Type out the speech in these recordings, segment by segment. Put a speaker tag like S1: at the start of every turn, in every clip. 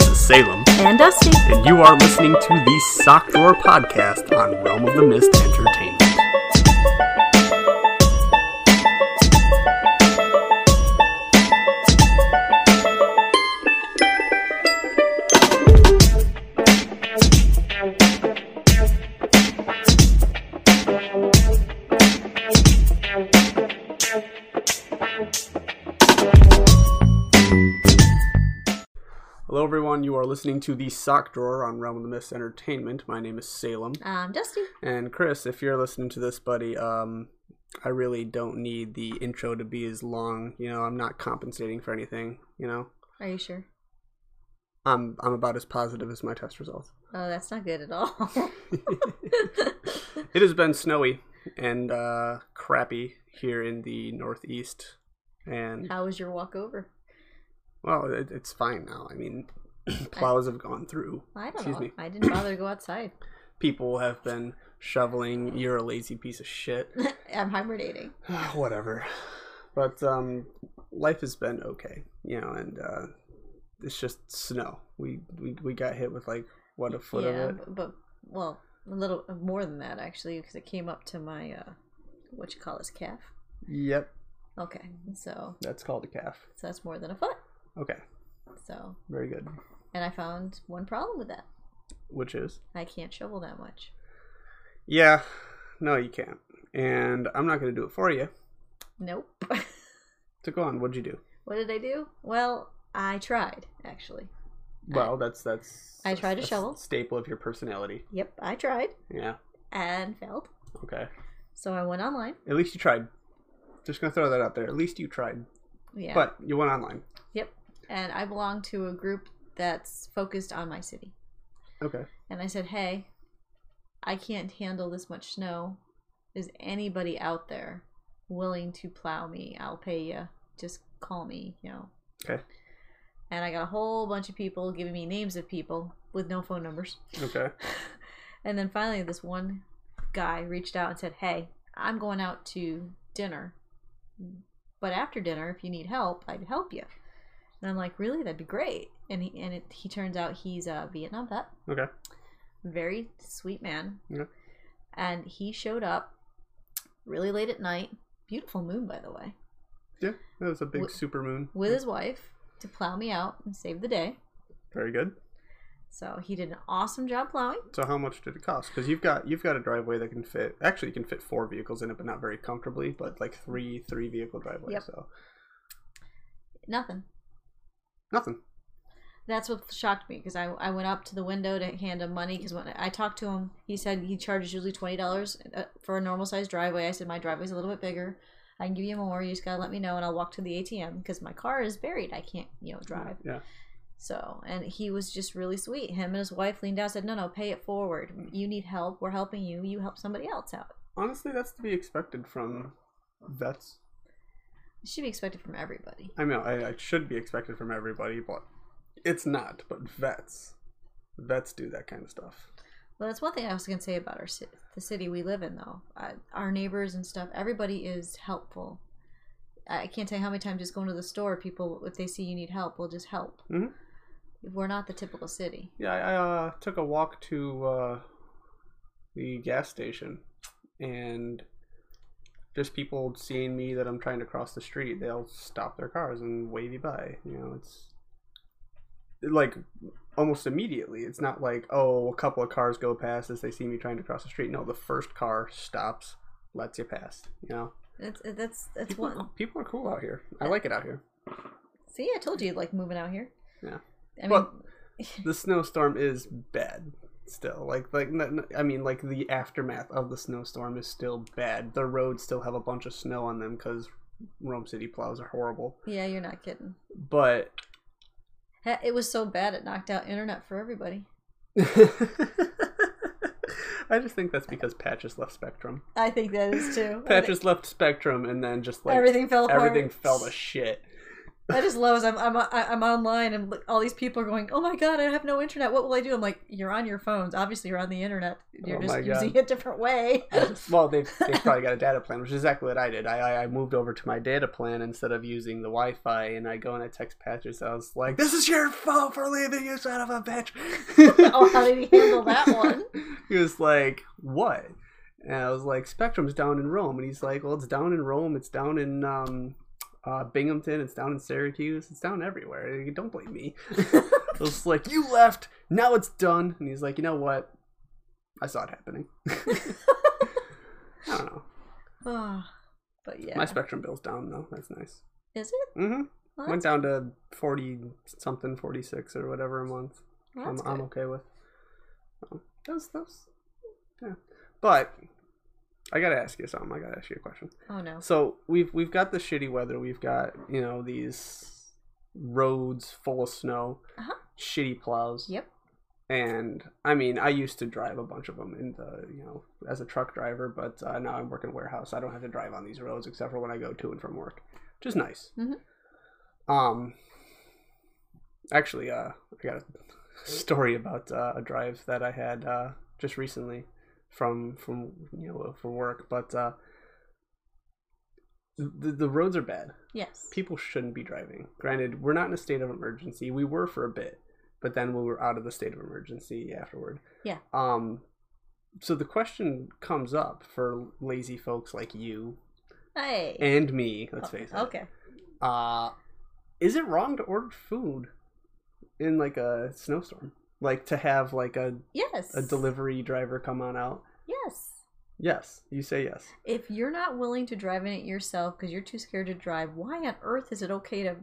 S1: Salem,
S2: and Dusty.
S1: and you are listening to the Sock Drawer Podcast on Realm of the Mist Entertainment. Hello, everyone. You are listening to the Sock Drawer on Realm of the Mist Entertainment. My name is Salem.
S2: Um, Dusty.
S1: And Chris, if you're listening to this, buddy, um, I really don't need the intro to be as long. You know, I'm not compensating for anything. You know,
S2: Are you sure?
S1: I'm I'm about as positive as my test results.
S2: Oh, that's not good at all.
S1: It has been snowy and uh, crappy here in the Northeast, and
S2: How was your walk over?
S1: well, it, it's fine now. I mean, plows have gone through.
S2: I don't
S1: Excuse
S2: know.
S1: me.
S2: I didn't bother to go outside.
S1: People have been shoveling. You're a lazy piece of shit.
S2: I'm hibernating.
S1: whatever. But um, life has been okay, you know, and uh, it's just snow. We, we we got hit with like what a foot
S2: yeah,
S1: of it.
S2: b- but well, a little more than that actually, because it came up to my uh, what you call his calf.
S1: Yep,
S2: Okay, so
S1: that's called a calf.
S2: so that's more than a foot.
S1: Okay,
S2: So,
S1: very good.
S2: and I found one problem with that.
S1: Which is
S2: I can't shovel that much.
S1: yeah, no, you can't, and I'm not gonna do it for you.
S2: Nope.
S1: So go on. What'd you do?
S2: what did I do? Well, I tried actually.
S1: Well, that's that's.
S2: I tried to
S1: that's
S2: shovel.
S1: Staple of your personality.
S2: Yep, I tried
S1: Yeah.
S2: and failed.
S1: Okay.
S2: So I went online.
S1: At least you tried. Just gonna throw that out there. At least you tried.
S2: Yeah.
S1: But you went online.
S2: Yep. And I belong to a group that's focused on my city.
S1: Okay.
S2: And I said, hey, I can't handle this much snow. Is anybody out there willing to plow me? I'll pay you. Just call me, you know.
S1: Okay.
S2: And I got a whole bunch of people giving me names of people with no phone numbers.
S1: Okay.
S2: And then finally, this one guy reached out and said, Hey, I'm going out to dinner. But after dinner, if you need help, I'd help you. And I'm like, Really? That'd be great. And he, and it, he turns out he's a Vietnam vet,
S1: Okay.
S2: very sweet man.
S1: Yeah.
S2: And he showed up really late at night, beautiful moon, by the way,
S1: Yeah, that was a big
S2: Wi-
S1: super moon.
S2: with his wife to plow me out and save the day.
S1: Very good.
S2: So he did an awesome job plowing.
S1: So how much did it cost? Because you've got you've got a driveway that can fit actually you can fit four vehicles in it, but not very comfortably. But like three three vehicle driveway.
S2: Yep.
S1: So
S2: Nothing.
S1: nothing.
S2: That's what shocked me because I, I went up to the window to hand him money because when I talked to him, he said he charges usually twenty dollars uh, for a normal sized driveway. I said my driveway's a little bit bigger. I can give you more. You just gotta let me know and I'll walk to the ATM because my car is buried. I can't you know drive.
S1: Yeah.
S2: So and he was just really sweet. Him and his wife leaned out and said, no no pay it forward. You need help. We're helping you. You help somebody else out.
S1: Honestly, that's to be expected from vets.
S2: It should be expected from everybody.
S1: I mean, I, I should be expected from everybody, but it's not. But vets, vets do that kind of stuff.
S2: Well, that's one thing I was going to say about our ci- the city we live in, though. Uh, our neighbors and stuff, everybody is helpful. I can't tell you how many times just going to the store, people, if they see you need help, will just help.
S1: Mhm.
S2: We're not the typical city.
S1: Yeah, I, I uh, took a walk to uh, the gas station, and just people seeing me that I'm trying to cross the street, they'll stop their cars and wave you by. You know, it's like almost immediately. It's not like oh, a couple of cars go past as they see me trying to cross the street. No, the first car stops, lets you pass. You know,
S2: That's uh, that's that's
S1: people,
S2: one.
S1: people are cool out here. I like it out here.
S2: See, I told you, you'd like moving out here.
S1: Yeah.
S2: I mean,
S1: Well- the snowstorm is bad still like like n- n- i mean like the aftermath of the snowstorm is still bad the roads still have a bunch of snow on them because rome city plows are horrible
S2: yeah, you're not kidding.
S1: but
S2: Ha- It was so bad it knocked out internet for everybody.
S1: i just think that's because patches left spectrum
S2: I think that is too. I think
S1: patches left spectrum and then just like
S2: everything fell apart.
S1: everything fell to shit
S2: That is low. As I'm, I'm, I'm online, and like, all these people are going, "Oh my god, I have no internet. What will I do?" I'm like, "You're on your phones. Obviously, you're on the internet. You're
S1: Oh
S2: just
S1: my God.
S2: using it a different way."
S1: well, they they probably got a data plan, which is exactly what I did. I, I I moved over to my data plan instead of using the Wi-Fi, and I go and I text Patrick. I was like, "This is your fault for leaving, you son of a bitch."
S2: Oh, how did he handle that one?
S1: he was like, "What?" And I was like, "Spectrum's down in Rome," and he's like, "Well, it's down in Rome. It's down in um, uh, Binghamton. It's down in Syracuse. It's down everywhere. You Don't blame me." I was like, "You left. Now it's done." And he's like, "You know what? I saw it happening." I don't know.
S2: Oh, but yeah,
S1: My spectrum bill's down though. That's nice.
S2: is it?
S1: Mm-hmm.
S2: Well,
S1: Went
S2: that's,
S1: down to forty something, forty six or whatever a month.
S2: well,
S1: I'm,
S2: that's
S1: I'm
S2: good.
S1: okay with. Um, those those, yeah. But I gotta ask you something. I gotta ask you a question.
S2: Oh no.
S1: So we've we've got the shitty weather. We've got you know these roads full of snow,
S2: Uh-huh.
S1: shitty plows.
S2: Yep.
S1: And I mean, I used to drive a bunch of them in the you know as a truck driver, but uh, now I'm working warehouse. I don't have to drive on these roads except for when I go to and from work, which is nice.
S2: Mhm.
S1: Um, actually, uh, I got a story about uh, a drive that I had uh, just recently from from you know for work, but uh, the the roads are bad
S2: Yes.
S1: people shouldn't be driving. Granted, we're not in a state of emergency. We were for a bit, but then we were out of the state of emergency afterward.
S2: Yeah.
S1: Um so the question comes up for lazy folks like you
S2: Hey.
S1: and me, let's
S2: Oh,
S1: face it.
S2: Okay.
S1: Uh is it wrong to order food in like a snowstorm? Like to have like a
S2: Yes.
S1: a delivery driver come on out?
S2: Yes.
S1: Yes, you say yes.
S2: If you're not willing to drive in it yourself because you're too scared to drive, why on earth is it okay to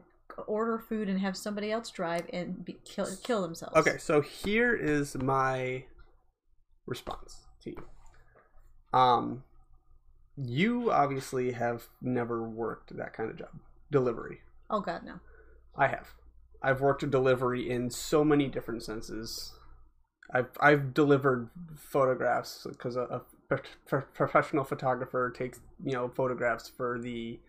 S2: order food and have somebody else drive and be, kill kill themselves?
S1: Okay, so here is my response to you. Um, you obviously have never worked that kind of job, delivery.
S2: Oh God, no.
S1: I have. I've worked a delivery in so many different senses. I've I've delivered photographs because a, a pro- pro- professional photographer takes you know photographs for the,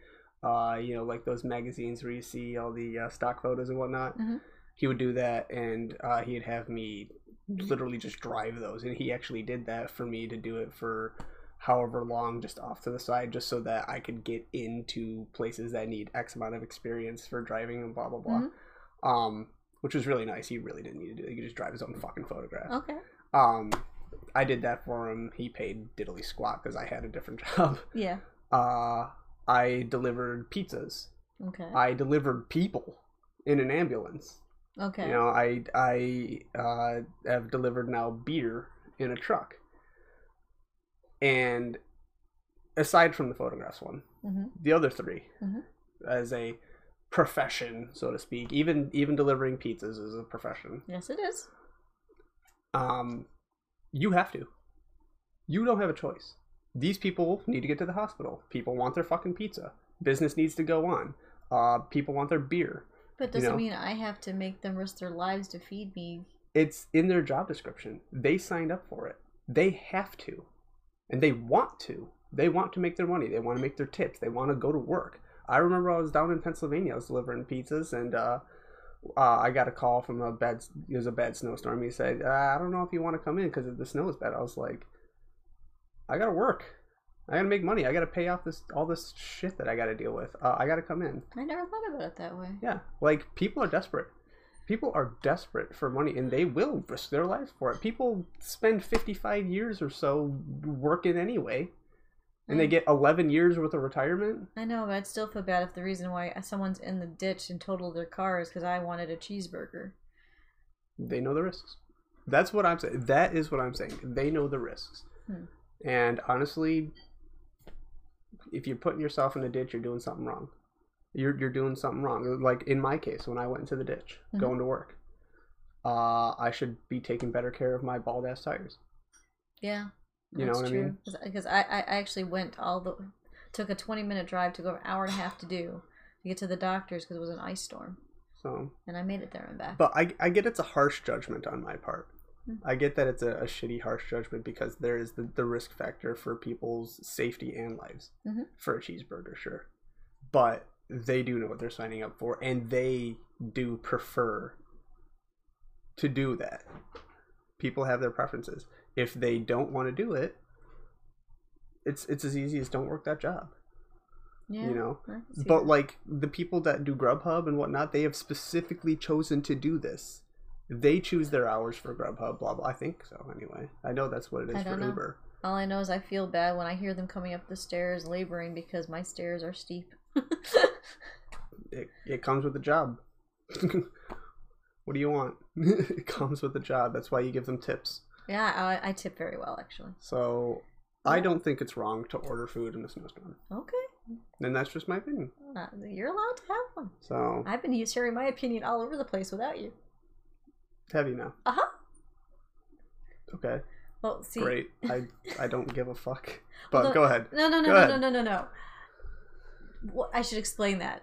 S1: uh you know like those magazines where you see all the uh, stock photos and whatnot.
S2: Mhm.
S1: He would do that, and uh, he'd have me literally just drive those, and he actually did that for me to do it for however long just off to the side just so that I could get into places that need X amount of experience for driving and blah blah blah.
S2: Mhm.
S1: Um, which was really nice. He really didn't need to do that. He could just drive his own fucking photograph.
S2: Okay.
S1: Um, I did that for him. He paid diddly squat because I had a different job.
S2: Yeah.
S1: Uh, I delivered pizzas.
S2: Okay.
S1: I delivered people in an ambulance.
S2: Okay.
S1: You know, I I uh, have delivered now beer in a truck. And aside from the photographs one,
S2: hmm
S1: the other 3
S2: Mhm.
S1: as a profession, so to speak, even even delivering pizzas is a profession.
S2: Yes, it is.
S1: Um, you have to. You don't have a choice. These people need to get to the hospital. People want their fucking pizza. Business needs to go on. Uh, people want their beer.
S2: But doesn't
S1: know.
S2: mean I have to make them risk their lives to feed me.
S1: It's in their job description. They signed up for it. They have to. And they want to. They want to make their money. They want to make their tips. They want to go to work. I remember I was down in Pennsylvania. I was delivering pizzas, and uh, uh, I got a call from a bad. It was a bad snowstorm. He said, uh, "I don't know if you want to come in because the snow is bad." I was like, "I gotta work. I gotta make money. I gotta pay off this all this shit that I gotta deal with. Uh, I gotta come in."
S2: I never thought about it that way.
S1: Yeah, like people are desperate. People are desperate for money, and they will risk their life for it. People spend fifty-five years or so working anyway, and they
S2: Mm.
S1: get eleven years worth of retirement.
S2: I know, but I'd still feel bad if the reason why someone's in the ditch and totaled their car is because I wanted a cheeseburger.
S1: They know the risks. That's what I'm saying. That is what I'm saying. They know the risks.
S2: Hmm.
S1: And honestly, if you're putting yourself in a ditch, you're doing something wrong. You're you're doing something wrong. Like in my case, when I went into the ditch
S2: Mhm.
S1: going to work, uh, I should be taking better care of my bald ass tires.
S2: Yeah.
S1: You know what I mean?
S2: Because I, I I actually went all the took a 20 minute drive to go an hour and a half to do to get to the doctor's because it was an ice storm
S1: So,
S2: and I made it there and back.
S1: but I, I get it's a harsh judgment on my part.
S2: Mm.
S1: I get that it's a, a shitty, harsh judgment because there is the, the risk factor for people's safety and lives
S2: Mhm.
S1: for a cheeseburger, sure. But they do know what they're signing up for and they do prefer to do that. People have their preferences. If they don't want to do it, it's it's as easy as don't work that job,
S2: Yeah.
S1: you know.
S2: I can see
S1: But
S2: that.
S1: like the people that do Grubhub and whatnot, they have specifically chosen to do this. They choose their hours for Grubhub, blah blah. I think so. Anyway, I know that's what it
S2: I
S1: is for
S2: don't know.
S1: Uber.
S2: all I know is I feel bad when I hear them coming up the stairs laboring because my stairs are steep.
S1: It it comes with a job. what do you want? it comes with a job. That's why you give them tips.
S2: yeah, I, I tip very well actually.
S1: So I don't think it's wrong to order food in a snowstorm,
S2: Okay,
S1: and that's just my opinion.
S2: Uh, you're allowed to have one.
S1: So
S2: I've been sharing my opinion all over the place without you.
S1: heavy now.
S2: Uh huh.
S1: Okay,
S2: Well, see.
S1: great. I I don't give a fuck. But
S2: Although-
S1: go ahead.
S2: No, no, no, no,
S1: Go
S2: no,
S1: ahead.
S2: no, no, no. Well, I should explain that.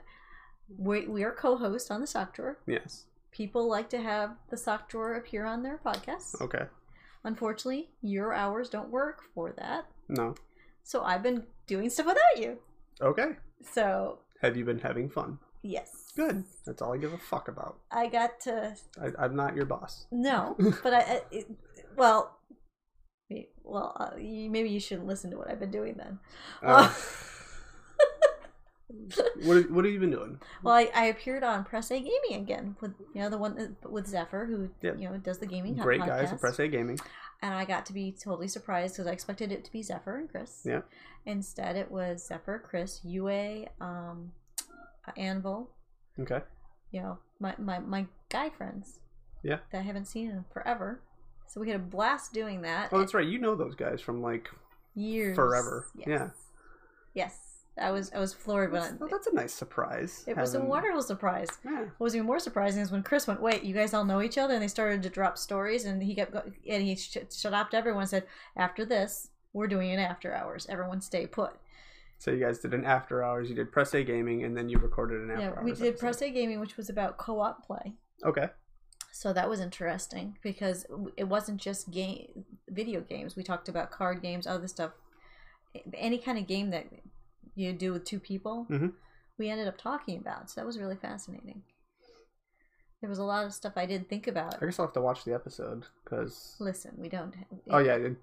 S2: We, we are co-hosts on the Sock Drawer.
S1: Yes.
S2: People like to have the Sock Drawer appear on their podcasts.
S1: Okay.
S2: Unfortunately, your hours don't work for that.
S1: No.
S2: So I've been doing stuff without you.
S1: Okay.
S2: So
S1: Have you been having fun?
S2: yes,
S1: Good. That's all I give a fuck about.
S2: I got to
S1: I, I'm not your boss.
S2: no, but I, I it, well, me- well, uh, you, maybe you shouldn't listen to what I've been doing then.
S1: Uh, what What have you been doing?
S2: Well, I, I appeared on Press A Gaming again with you know the one that- with Zephyr who
S1: Yeah.
S2: you know does the gaming
S1: Great
S2: podcast,
S1: guys at Press A Gaming.
S2: and I got to be totally surprised because I expected it to be Zephyr and Chris.
S1: Yeah.
S2: Instead, it was Zephyr, Chris, UA, um, Anvil.
S1: Okay.
S2: You know my my my guy friends.
S1: Yeah.
S2: That I haven't seen in forever. So we had a blast doing that.
S1: Oh, that's right. You know those guys from like.
S2: years
S1: Forever.
S2: Yes.
S1: Yeah.
S2: Yes, I was I was floored when I,
S1: That's, that's a nice surprise.
S2: it was a
S1: having-
S2: wonderful surprise.
S1: Yeah.
S2: What was even more surprising is when Chris went, "Wait, you guys all know each other," and they started to drop stories, and he kept go- and he sh- shut up to everyone and said, "After this, we're doing an after hours. Everyone stay put."
S1: So you guys did an after hours. You did Press A Gaming, and then you recorded an after
S2: Yeah,
S1: hours.
S2: we did
S1: episode.
S2: press A gaming, which was about co-op play,
S1: Okay.
S2: so that was interesting because w- it wasn't just game video games. We talked about card games, other stuff, any kind of game that you do with two people.
S1: Mhm.
S2: We ended up talking about, so that was really fascinating. There was a lot of stuff I didn't think about.
S1: I guess I'll have to watch the episode because.
S2: Listen, we don't.
S1: Oh yeah. it-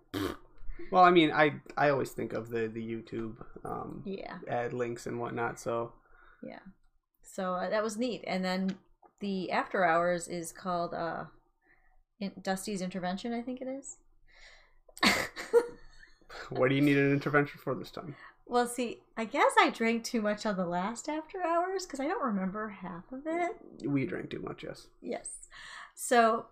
S1: Well, I mean, I I always think of the the YouTube um,
S2: Yeah.
S1: ad links and whatnot. So
S2: So uh, that was neat. And then the after hours is called uh, in- Dusty's Intervention, I think it is.
S1: what do you need an intervention for this time?
S2: well, see, I guess I drank too much on the last after hours because I don't remember half of it.
S1: We drank too much. Yes.
S2: Yes. So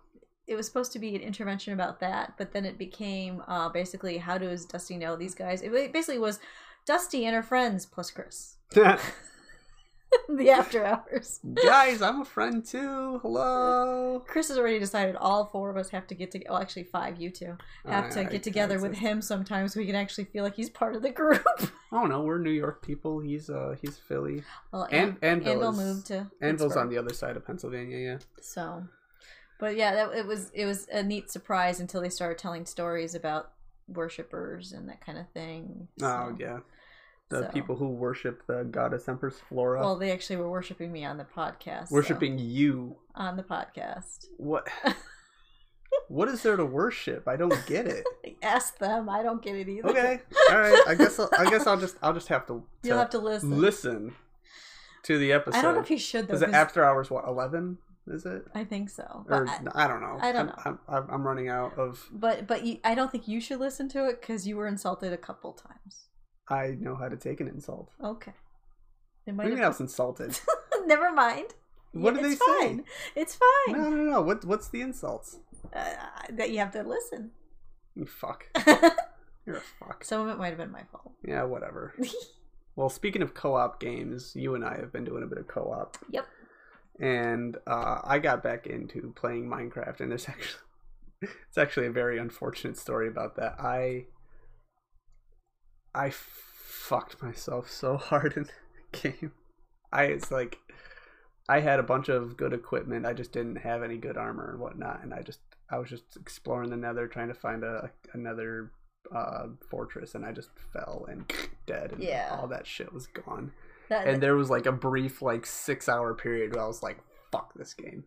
S2: it was supposed to be an intervention about that, but then it became uh, basically how does Dusty know these guys? It wa- basically was Dusty and her friends plus Chris. the after hours.
S1: guys i'm a friend too hello
S2: Chris has already decided all four of us have to get to well, actually five, you two
S1: Oh,
S2: have to get together with him sometime so we can actually feel like he's part of the group.
S1: oh no we're new york people he's uh he's philly
S2: Well,
S1: and anvil,
S2: Anvil
S1: is-
S2: moved to
S1: anvil's on
S2: Pittsburgh,
S1: the other side of pennsylvania yeah
S2: so. But yeah, that it was it was a neat surprise until they started telling stories about worshipers and that kind of thing.
S1: oh
S2: so-
S1: yeah the
S2: so-
S1: people who worship the goddess empress flora
S2: Well, they actually were worshiping me on the podcast. so-
S1: worshiping you
S2: on the podcast.
S1: what what is there to worship i don't get it
S2: Ask them. I don't get it either.
S1: okay all right i guess I'll, i guess i'll just i'll just have to,
S2: You'll have to listen.
S1: listen to the episode
S2: I don't know if you should though.
S1: is it
S2: 'cause
S1: after hours what 11 is it
S2: I think so. but
S1: or
S2: I-
S1: I, don't know.
S2: I don't
S1: I'm- I'm, I'm, I'm running out of.
S2: But but you, I don't think you should listen to it because you were insulted a couple times.
S1: I know how to take an insult.
S2: Okay. It
S1: What
S2: might
S1: do you mean I
S2: have,
S1: was insulted?
S2: never mind.
S1: What
S2: Yeah,
S1: did they
S2: it's
S1: say?
S2: fine. It's fine.
S1: No, no, no. What what's the insults?
S2: Uh, that you have to listen.
S1: You fuck. You're a fuck.
S2: Some of it might have been my fault.
S1: Yeah, whatever. well, speaking of co-op games, you and I have been doing a bit of co-op.
S2: Yep.
S1: And uh, I got back into playing Minecraft, and there's actually it's actually a very unfortunate story about that. I I fucked myself so hard in that game. I it's like I had a bunch of good equipment. I just didn't have any good armor and whatnot, and I just I was just exploring the Nether trying to find a another uh, fortress, and I just fell and dead, and
S2: Yeah.
S1: all that shit was gone.
S2: That,
S1: and there was like a brief like six hour period where I was like, "Fuck this game."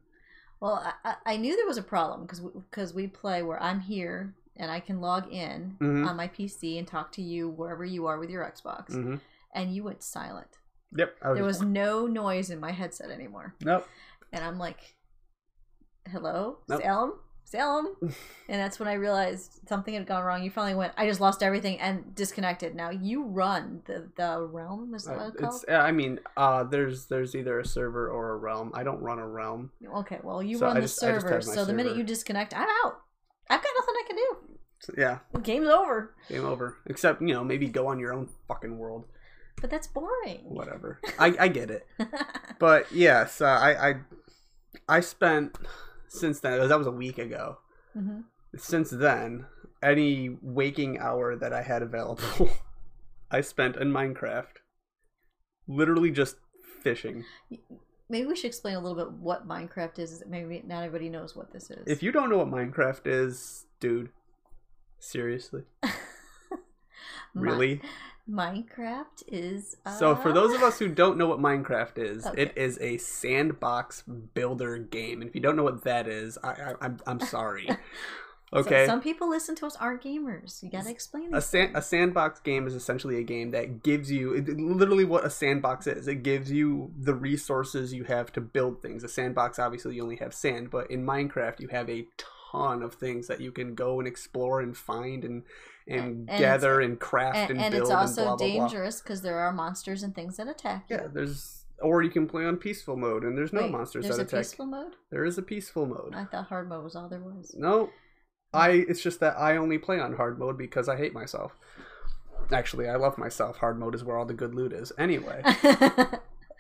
S2: well, I- I, I knew there was a problem because because we play where I'm here and I can log in
S1: Mhm.
S2: on my PC and talk to you wherever you are with your Xbox,
S1: hmm
S2: and you went silent.
S1: Yep, I was,
S2: There was no noise in my headset anymore,
S1: nope.
S2: and I'm like, "Hello,
S1: Nope.
S2: Salem." Salem, and that's when I realized something had gone wrong. You finally went. I just lost everything and disconnected. Now you run the the realm. Is that
S1: Uh,
S2: what it's called?
S1: it's I mean, uh, there's there's either a server or a realm. I don't run a realm.
S2: Okay, well you
S1: So
S2: run
S1: I
S2: the
S1: just- I just
S2: server,
S1: have
S2: so
S1: my
S2: the minute
S1: server.
S2: you disconnect, I'm out. I've got nothing I can do.
S1: So, yeah,
S2: The game's over.
S1: game over. Except you know maybe go on your own fucking world.
S2: But that's boring.
S1: Whatever. I I get it. But yes, uh, I I I spent since then that was a week ago.
S2: hmm
S1: since then, any waking hour that I had available, I spent in Minecraft, literally just fishing.
S2: Maybe we should explain a little bit what Minecraft is. Maybe not everybody knows what this is.
S1: If you don't know what Minecraft is, dude, seriously,
S2: Mi-
S1: really?
S2: Minecraft is uh...
S1: So, for those of us who don't know what Minecraft is,
S2: Okay.
S1: it is a sandbox builder game. And if you don't know what that is, I, I, I'm, I'm sorry.
S2: So-
S1: Okay.
S2: some people listen to us aren't gamers. You gotta explain
S1: a,
S2: this.
S1: san- a sandbox game is essentially a game that gives you it- it- literally what a sandbox is it gives you the resources you have to build things a sandbox obviously you only have sand but in minecraft you have a ton of things that you can go and explore and find and and,
S2: And- and-
S1: gather and craft and,
S2: and, and
S1: build
S2: it's also
S1: and blah, blah, blah.
S2: dangerous because there are monsters and things that attack you.
S1: yeah there's or you can play on peaceful mode and there's no
S2: Wait,
S1: monsters
S2: There's
S1: that
S2: a
S1: attack
S2: peaceful mode.
S1: there is a peaceful mode
S2: I thought hard mode was all there was.
S1: no i it's just that i only play on hard mode because i hate myself actually i love myself hard mode is where all the good loot is anyway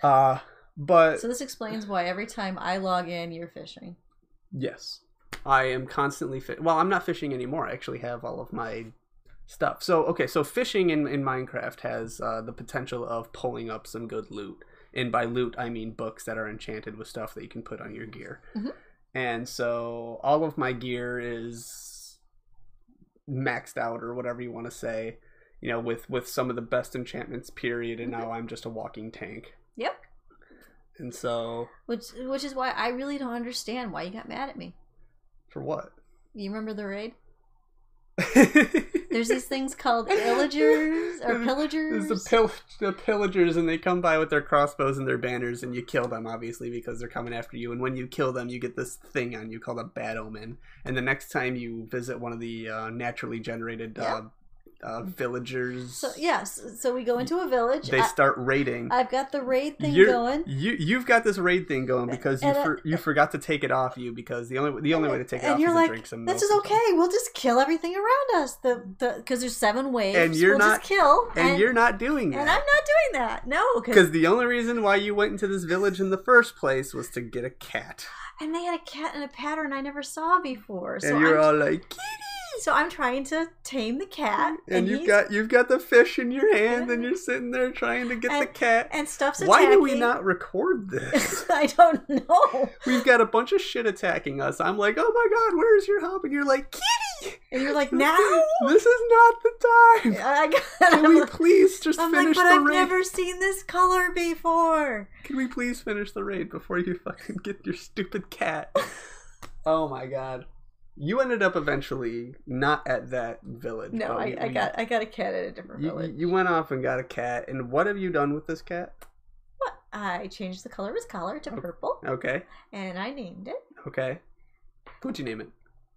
S1: uh but
S2: So this explains why every time I log in, you're fishing.
S1: yes i am constantly fi- well i'm not fishing anymore i actually have all of my stuff so okay so fishing in, in minecraft has uh, the potential of pulling up some good loot and by loot i mean books that are enchanted with stuff that you can put on your gear
S2: Mhm.
S1: and so all of my gear is maxed out or whatever you want to say you know with with some of the best enchantments period and now i'm just a walking tank
S2: Yep.
S1: and so
S2: Which which is why I really don't understand why you got mad at me.
S1: for what
S2: You remember the raid?
S1: There's
S2: There's these things called illagers or pillagers.
S1: the, pill- the pillagers, and they come by with their crossbows and their banners, and you kill them, obviously, because they're coming after you. And when you kill them, you get this thing on you called a bad omen. And the next time you visit one of the uh, naturally generated uh, uh, villagers,
S2: so yes, so we go into a village.
S1: they
S2: I,
S1: start raiding.
S2: I've got the raid thing
S1: You're-
S2: going.
S1: you you've got this raid thing going because you
S2: And I-
S1: for, you forgot to take it off you because the only the only way to take it
S2: And
S1: off
S2: you're
S1: is
S2: like,
S1: to drink some.
S2: This
S1: milk
S2: is
S1: or something."
S2: okay. We'll just kill everything around us. The the because there's seven waves.
S1: And you're
S2: we'll
S1: not-
S2: just kill.
S1: and, you're not doing that.
S2: and I'm not doing that. No, because
S1: Because the only reason why you went into this village in the first place was to get a cat.
S2: and they had a cat in a pattern I never saw before. So
S1: and you're
S2: I'm
S1: all like
S2: so I'm trying to tame the cat.
S1: and you've
S2: he's-
S1: got you've got the fish in your hand and you're sitting there trying to get the
S2: And-
S1: cat.
S2: and stuff's attacking.
S1: Why do we not record this?
S2: I don't know.
S1: We've got a bunch of shit attacking us. I'm like, oh my god, where's your help? And you're like, kitty!
S2: And you're like,
S1: This
S2: now
S1: is- This is not the time.
S2: I got.
S1: Can we please just
S2: I'm like,
S1: finish
S2: but
S1: the
S2: I've
S1: raid?
S2: never seen this color before.
S1: Can we please finish the raid before you fucking get your stupid cat? oh my god. You ended up eventually not at that village.
S2: No,
S1: but
S2: I,
S1: we-
S2: I
S1: we-
S2: got I got a cat at a different
S1: Oh, You,
S2: village.
S1: you- you went off and got a cat, and what have you done with this cat?
S2: What? I changed the color of his collar to
S1: Oh.
S2: purple,
S1: Okay,
S2: and I named it
S1: okay. What'd you name it?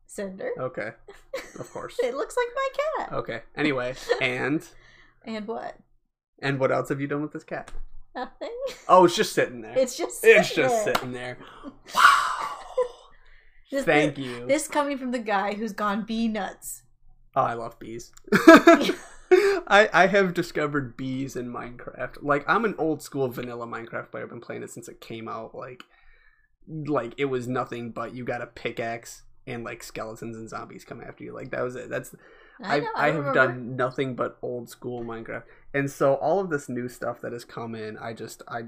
S2: Cinder.
S1: Okay, Oh, of course. Oh.
S2: It looks like my cat.
S1: Okay. Anyway, and
S2: And what?
S1: and what else have you done with this cat?
S2: Nothing.
S1: Oh, it's just sitting there.
S2: It's just.
S1: It's just
S2: there.
S1: sitting there. Wow.
S2: This-
S1: Thank you.
S2: This coming from the guy who's gone bee nuts.
S1: Oh, I love bees. I I have discovered bees in Minecraft. Like I'm an old school vanilla Minecraft player. I've been playing it since it came out. Like like it was nothing but you got a pickaxe and like skeletons and zombies come after you. Like that was it. That's
S2: I
S1: I
S2: know.
S1: I,
S2: I,
S1: have
S2: remember.
S1: done nothing but old school Minecraft. And so all of this new stuff that has come in, I just I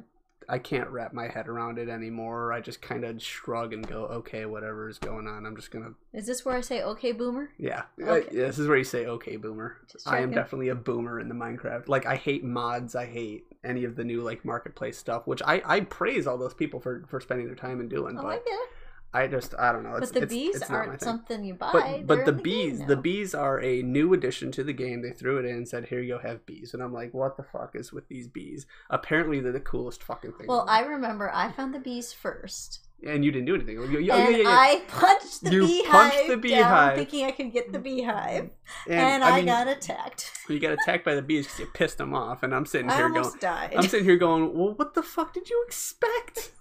S1: I can't wrap my head around it anymore. I just kind of shrug and go, okay, whatever is going on. I'm just gonna,
S2: Is this where I say okay, boomer?
S1: yeah.
S2: Okay.
S1: This is where you say, okay, boomer.
S2: Just
S1: I am
S2: checking.
S1: definitely a boomer in the Minecraft. Like I hate mods. I hate any of the new like marketplace stuff, which I I praise all those people for for spending their time and doing.
S2: Oh, I
S1: but
S2: get it.
S1: I just I don't know. It's,
S2: But the
S1: it's-
S2: bees
S1: it's not my
S2: aren't
S1: thing.
S2: something you buy.
S1: But
S2: they're
S1: but the
S2: in game
S1: bees the
S2: now.
S1: bees are a new addition to the game. They threw it in and said, "Here you go, have bees." And I'm like, "What the fuck is with these bees?" Apparently, they're the coolest fucking thing.
S2: Well,
S1: ever.
S2: I remember I found the bees first,
S1: and you didn't do anything. You, you, Oh, yeah,
S2: and
S1: yeah, yeah.
S2: I punched the
S1: You
S2: beehive
S1: punched the beehive.
S2: down, thinking I could get the beehive,
S1: and,
S2: and, I,
S1: mean,
S2: got attacked.
S1: you got attacked by the bees because you pissed them off. And I'm sitting
S2: I
S1: here
S2: almost
S1: going,
S2: died.
S1: I'm sitting here going, well, what the fuck did you expect?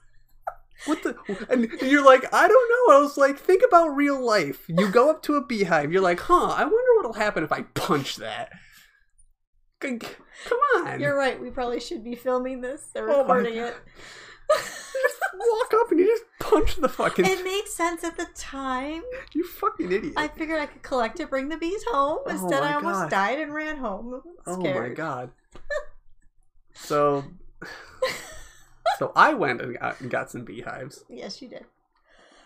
S1: What the? And you're like, I don't know. I was like, think about real life. You go up to a beehive. You're like, huh? I wonder what'll happen if I punch that. C- c- Come on.
S2: You're right. We probably should be filming this. They're
S1: Oh my
S2: recording it.
S1: walk up and you just punch the fucking.
S2: It made sense at the time.
S1: you fucking idiot.
S2: I figured I could collect it, bring the bees home.
S1: Oh
S2: Instead,
S1: my
S2: I almost
S1: God.
S2: died and ran home.
S1: oh my
S2: Scared.
S1: god. So. So I went and got, and got some beehives,
S2: Yes, you did.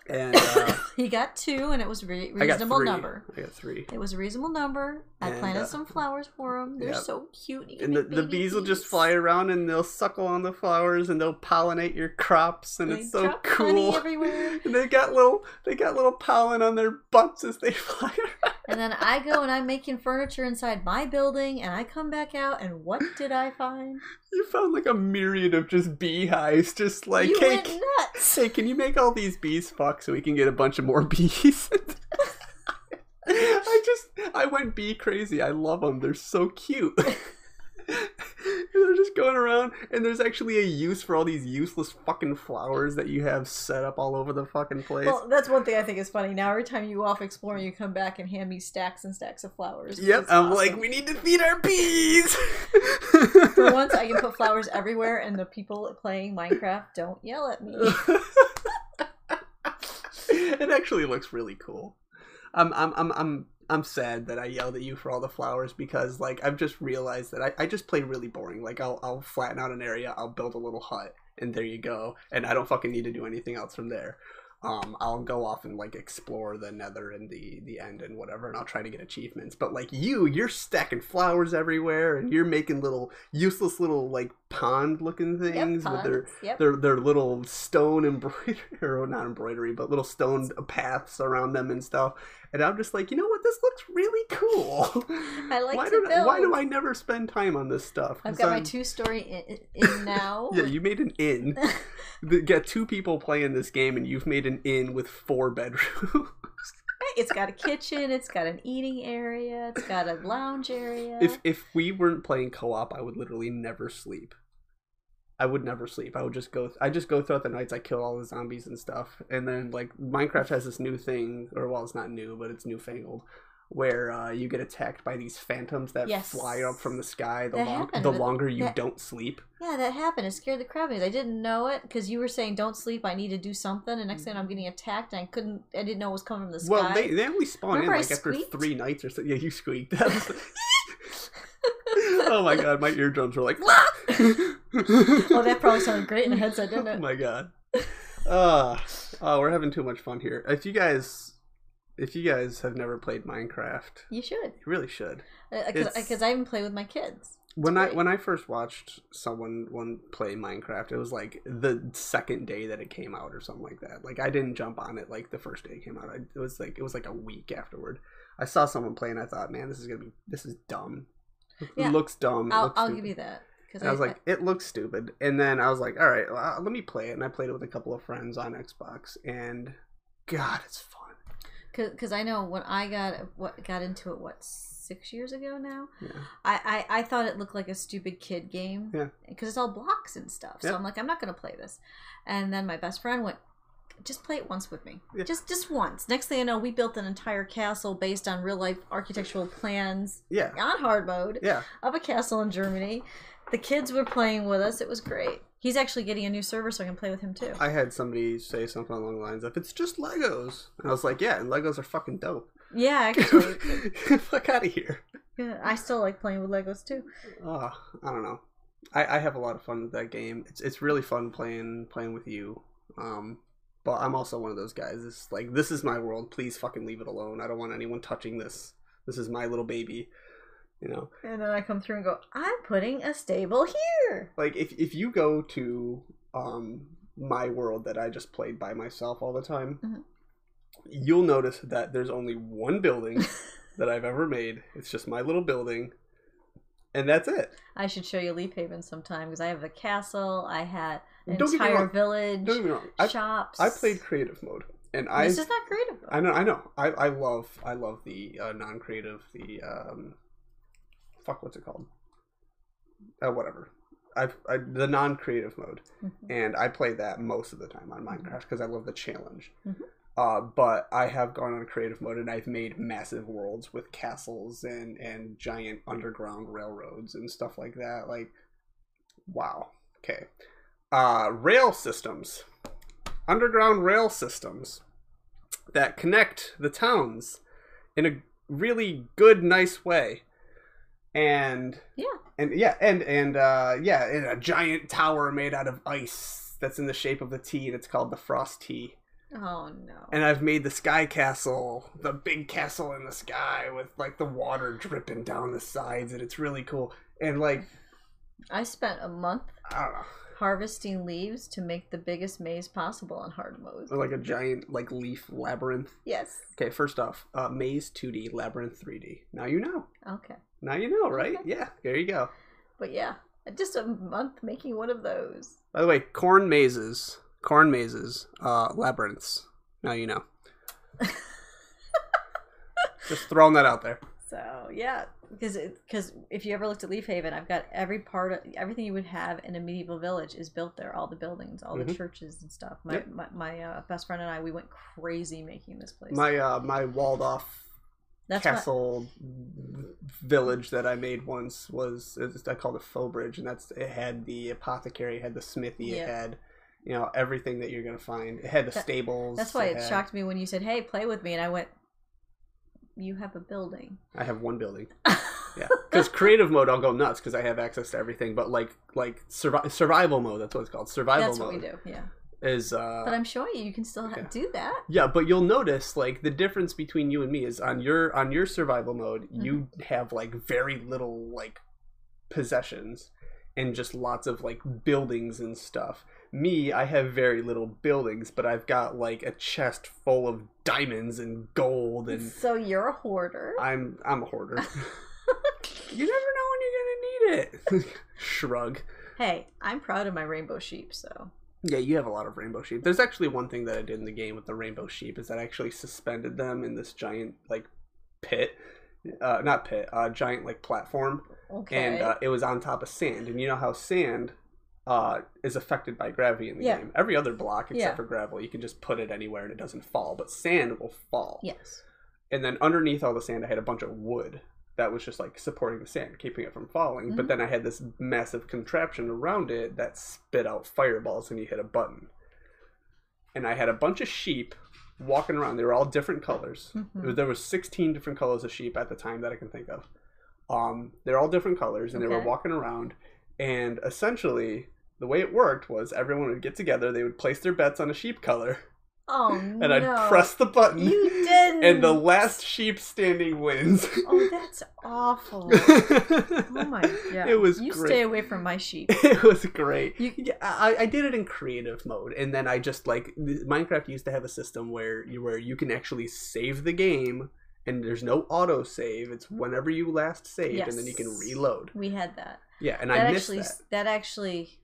S1: and uh,
S2: He got two, and it was a re-
S1: I got
S2: reasonable
S1: three.
S2: number.
S1: I got three.
S2: It was a reasonable number. I
S1: And,
S2: planted
S1: uh,
S2: some flowers for them. They're
S1: yeah.
S2: so cute. You can
S1: and the,
S2: make
S1: the
S2: baby
S1: bees will just fly around and they'll suckle on the flowers and they'll pollinate your crops and
S2: They
S1: it's so
S2: drop honey
S1: cool.
S2: everywhere.
S1: And they got little they got little pollen on their butts as they fly around.
S2: And then I go and I'm making furniture inside my building, and I come back out, and what did I find?
S1: You found like a myriad of just beehives, just like
S2: you
S1: hey,
S2: went
S1: c-
S2: nuts.
S1: hey, can you make all these bees fuck so we can get a bunch of more bees? I just I went bee crazy. I love them. They're so cute. And They're just going around, and there's actually a use for all these useless fucking flowers that you have set up all over the fucking place.
S2: Well, that's one thing I think is funny. Now every time you go off exploring, you come back and hand me stacks and stacks of flowers.
S1: yep,
S2: It's
S1: I'm
S2: awesome.
S1: like, we need to feed our bees.
S2: For once, I can put flowers everywhere, and the people playing Minecraft don't yell at me.
S1: it actually looks really cool. I'm I'm I'm I'm I'm sad that I yelled at you for all the flowers because like I've just realized that I, I just play really boring. Like I'll I'll flatten out an area, I'll build a little hut, and there you go. And I don't fucking need to do anything else from there. Um, I'll go off and like explore the nether and the the end and whatever, and I'll try to get achievements. But like you, you're stacking flowers everywhere, and you're making little useless little like pond looking things with their
S2: puns. Yep.
S1: their their little stone embroidery or not embroidery but little stone paths around them and stuff and i'm just like you know what this looks really cool
S2: I like
S1: why,
S2: to
S1: don't I- why do
S2: build.
S1: i never spend time on this stuff
S2: I've
S1: 'Cause
S2: got my
S1: I'm-
S2: two story in, in now.
S1: yeah you made an inn Th- got two people playing this game and you've made an inn with four bedrooms
S2: it's got a kitchen. It's got an eating area. It's got a lounge area.
S1: if if we weren't playing co-op i would literally never sleep i would never sleep i would just go i just go throughout the nights i kill all the zombies and stuff and then like minecraft has this new thing or well it's not new but it's newfangled where uh, you get attacked by these phantoms that
S2: Yes.
S1: fly up from the sky the,
S2: That
S1: long-
S2: happened,
S1: the
S2: but
S1: longer you
S2: that-
S1: don't sleep
S2: yeah, that happened. It scared the crap out of me. I didn't know it because you were saying don't sleep. I need to do something. And next thing I'm getting attacked. And I couldn't. I didn't know it was coming from the sky.
S1: well they, they only spawn
S2: Remember I
S1: in like after
S2: squeaked?
S1: three nights or so yeah you squeaked That was- oh my god my eardrums were like
S2: oh, that probably sounded great in the headset, didn't
S1: Oh
S2: it?
S1: my god. Uh, oh, we're having too much fun here. If you guys, if you guys have never played Minecraft,
S2: You should,
S1: you really should. It's-
S2: because I even play with my kids.
S1: When I
S2: great.
S1: when I first watched someone one play Minecraft, it was like the second day that it came out or something like that. Like I didn't jump on it like the first day it came out. I, it was like it was like a week afterward. I saw someone play and I thought, man, this is gonna be this is dumb.
S2: Yeah.
S1: It looks dumb. It
S2: I'll,
S1: looks
S2: I'll
S1: stupid.
S2: give you that. Because
S1: And I was like, it looks stupid. And then I was like, all right, well, let me play it. And I played it with a couple of friends on Xbox. And God, it's fun.
S2: because I know when I got what got into it, what six years ago now,
S1: Yeah.
S2: I I, I thought it looked like a stupid kid game.
S1: Yeah.
S2: Because it's all blocks and stuff, so
S1: Yeah.
S2: I'm like, I'm not gonna play this. And then my best friend went, just play it once with me,
S1: Yeah.
S2: just just once. Next thing I know, we built an entire castle based on real life architectural plans
S1: Yeah.
S2: on hard mode.
S1: Yeah.
S2: of a castle in Germany. The kids were playing with us. It was great. He's actually getting a new server, so I can play with him too.
S1: I had somebody say something along the lines of, it's just Legos. And I was like, yeah, and Legos are fucking dope.
S2: yeah, actually,
S1: Fuck out of here.
S2: Yeah, I still like playing with Legos too.
S1: Oh, I don't know. I, I have a lot of fun with that game. It's it's really fun playing playing with you. Um, but I'm also one of those guys. It's like this is my world. Please fucking leave it alone. I don't want anyone touching this. This is my little baby. You know,
S2: And then I come through and go, I'm putting a stable here.
S1: like if if you go to um my world that I just played by myself all the time,
S2: Mhm.
S1: you'll notice that there's only one building that I've ever made. It's just my little building, and that's it.
S2: I should show you Leaf Haven sometime because I have a castle. I had an
S1: Don't get me
S2: entire
S1: wrong.
S2: village,
S1: Don't get me wrong. I
S2: shops.
S1: I played creative mode, and I
S2: This is not creative.
S1: I know, I know. I, I love, I love the uh, non-creative, the um, fuck, what's it called? Uh, whatever. I, I the non-creative mode,
S2: Mhm.
S1: and I play that most of the time on Minecraft because I love the challenge.
S2: Mhm.
S1: Uh, but I have gone on creative mode and I've made massive worlds with castles and and giant underground railroads and stuff like that. Like, wow. Okay. Uh, rail systems, underground rail systems that connect the towns in a really good, nice way. And
S2: Yeah.
S1: and yeah, and and uh, yeah, and a giant tower made out of ice that's in the shape of a T, and it's called the Frost T.
S2: Oh no.
S1: And I've made the Sky Castle, the big castle in the sky with like the water dripping down the sides, and it's really cool. And like,
S2: I spent a month
S1: I don't know.
S2: harvesting leaves to make the biggest maze possible on hard mode.
S1: Like a giant like leaf labyrinth.
S2: Yes.
S1: Okay, first off, uh, maze 2D, labyrinth 3D. Now you know.
S2: Okay.
S1: Now you know, right?
S2: Okay.
S1: Yeah, there you go.
S2: But yeah, just a month making one of those.
S1: By the way, corn mazes, corn mazes, uh, labyrinths. Now you know. Just throwing that out there.
S2: So yeah, because because if you ever looked at Leaf Haven, I've got every part of everything you would have in a medieval village is built there. All the buildings, all the
S1: Mhm.
S2: churches and stuff. My
S1: Yep.
S2: my, my uh, best friend and I, we went crazy making this place.
S1: My uh, my walled off
S2: That's why-
S1: castle village that I made once was it's- I called it faux bridge, and that's it had the apothecary, it had the smithy,
S2: Yeah.
S1: it had you know everything that you're gonna find. It had the
S2: That-
S1: stables.
S2: that's why it
S1: had-
S2: shocked me when you said, "Hey, play with me," and I went, "You have a building."
S1: I have one building. Yeah, because creative mode, I'll go nuts because I have access to everything. But like like survi- survival mode, that's what it's called. Survival
S2: That's what
S1: mode
S2: we do. Yeah,
S1: is uh,
S2: but I'm showing you, you can still ha-
S1: okay.
S2: do that.
S1: Yeah, but you'll notice like the difference between you and me is on your on your survival mode, you have like very little like possessions and just lots of like buildings and stuff. Me, I have very little buildings, but I've got like a chest full of diamonds and gold and
S2: So you're a hoarder.
S1: I'm I'm a hoarder. you never know when you're gonna need it. Shrug.
S2: Hey, I'm proud of my rainbow sheep. So
S1: Yeah, you have a lot of rainbow sheep. There's actually one thing that I did in the game with the rainbow sheep is that I actually suspended them in this giant like pit, uh, not pit, uh, giant like platform,
S2: okay.
S1: and uh, it was on top of sand. And you know how sand uh, is affected by gravity in the
S2: Yeah.
S1: game. Every other block except
S2: Yeah.
S1: for gravel, you can just put it anywhere and it doesn't fall, but sand will fall.
S2: yes.
S1: And then underneath all the sand, I had a bunch of wood that was just like supporting the sand, keeping it from falling.
S2: Mm.
S1: But then I had this massive contraption around it that spit out fireballs when you hit a button. And I had a bunch of sheep walking around. They were all different colors.
S2: Mhm.
S1: It was- there was 16 different colors of sheep at the time that I can think of. Um, they're all different colors, and they were
S2: Okay.
S1: walking around. And essentially, the way it worked was everyone would get together. They would place their bets on a sheep color,
S2: Oh
S1: and
S2: no.
S1: I'd press the button.
S2: You didn't.
S1: and the last sheep standing wins.
S2: Oh, that's awful. oh
S1: oh
S2: my god.
S1: It was
S2: You
S1: great.
S2: stay away from my sheep.
S1: It was great.
S2: You-
S1: Yeah, I, I did it in creative mode, and then I just like th- Minecraft used to have a system where you where you can actually save the game, and there's no auto save. It's whenever you last saved, and then you can
S2: Yes.
S1: reload.
S2: We had that.
S1: Yeah, and
S2: that
S1: I missed
S2: actually
S1: that.
S2: actually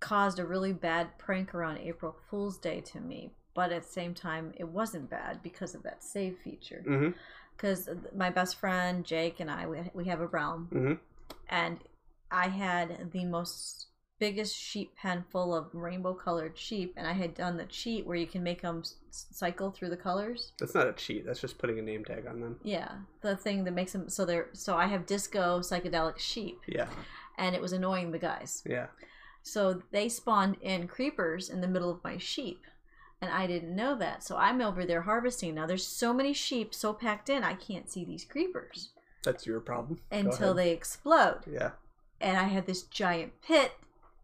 S2: caused a really bad prank around April Fool's Day to me. But at the same time, it wasn't bad because of that save feature.
S1: Mhm.
S2: Because my best friend Jake and I, we, we have a realm,
S1: Mhm.
S2: and I had the most biggest sheep pen full of rainbow colored sheep, and I had done the cheat where you can make them cycle through the colors.
S1: That's not a cheat. That's just putting a name tag on them.
S2: Yeah, the thing that makes them so they're so I have disco psychedelic sheep,
S1: Yeah,
S2: and it was annoying the guys.
S1: yeah.
S2: So they spawned in creepers in the middle of my sheep, and I didn't know that. So I'm over there harvesting. Now there's so many sheep so packed in, I can't see these creepers
S1: That's your problem. Go
S2: until
S1: ahead.
S2: they explode.
S1: Yeah,
S2: and I had this giant pit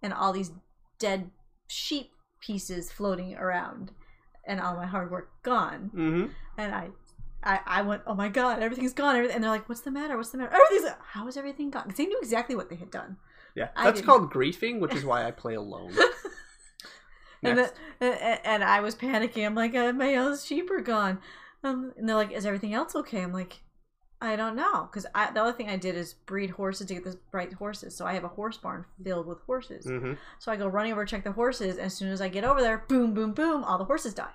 S2: and all these dead sheep pieces floating around and all my hard work gone.
S1: Mm-hmm.
S2: And I I, I went, oh my god, everything's gone. Everything, and they're like, what's the matter? What's the matter? Everything's how is everything gone? 'Cause they knew exactly what they had done.
S1: Yeah,
S2: I
S1: that's
S2: didn't.
S1: called griefing, which is why I play alone.
S2: And,
S1: Next.
S2: the- and I was panicking. I'm like, uh, my other sheep are gone. Um, and they're like, is everything else okay? I'm like, I don't know. Because the other thing I did is breed horses to get the right horses. So I have a horse barn filled with horses.
S1: hmm
S2: So I go running over to check the horses. And as soon as I get over there, boom, boom, boom, all the horses die.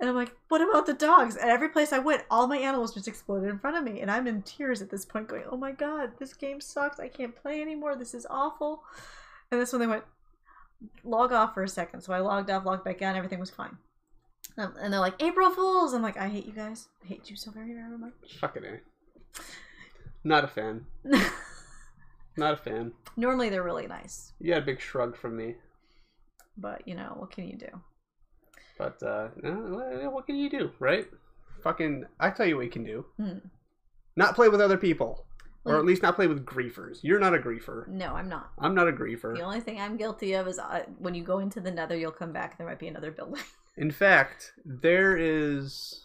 S2: And I'm like, what about the dogs? And every place I went, all my animals just exploded in front of me. And I'm in tears at this point, going, oh my God, this game sucks. I can't play anymore. This is awful. And that's when they went, log off for a second. So I logged off, logged back on, everything was fine. Um, and they're like, April Fools. I'm like, I hate you guys. I hate you so very, very
S1: Fucking A. eh? Not a fan.
S2: much.
S1: Not a fan.
S2: Normally they're really nice,
S1: You got a big shrug from me,
S2: but you know, what can you do?
S1: but uh, no, what can you do, right? Fucking, I tell you what you can do.
S2: Hmm.
S1: Not play with other people, or
S2: Like-
S1: at least not play with griefers. You're not a griefer.
S2: No, I'm not.
S1: I'm not a griefer.
S2: The only thing I'm guilty of is uh, when you go into the nether, you'll come back. There might be another building.
S1: In fact, there is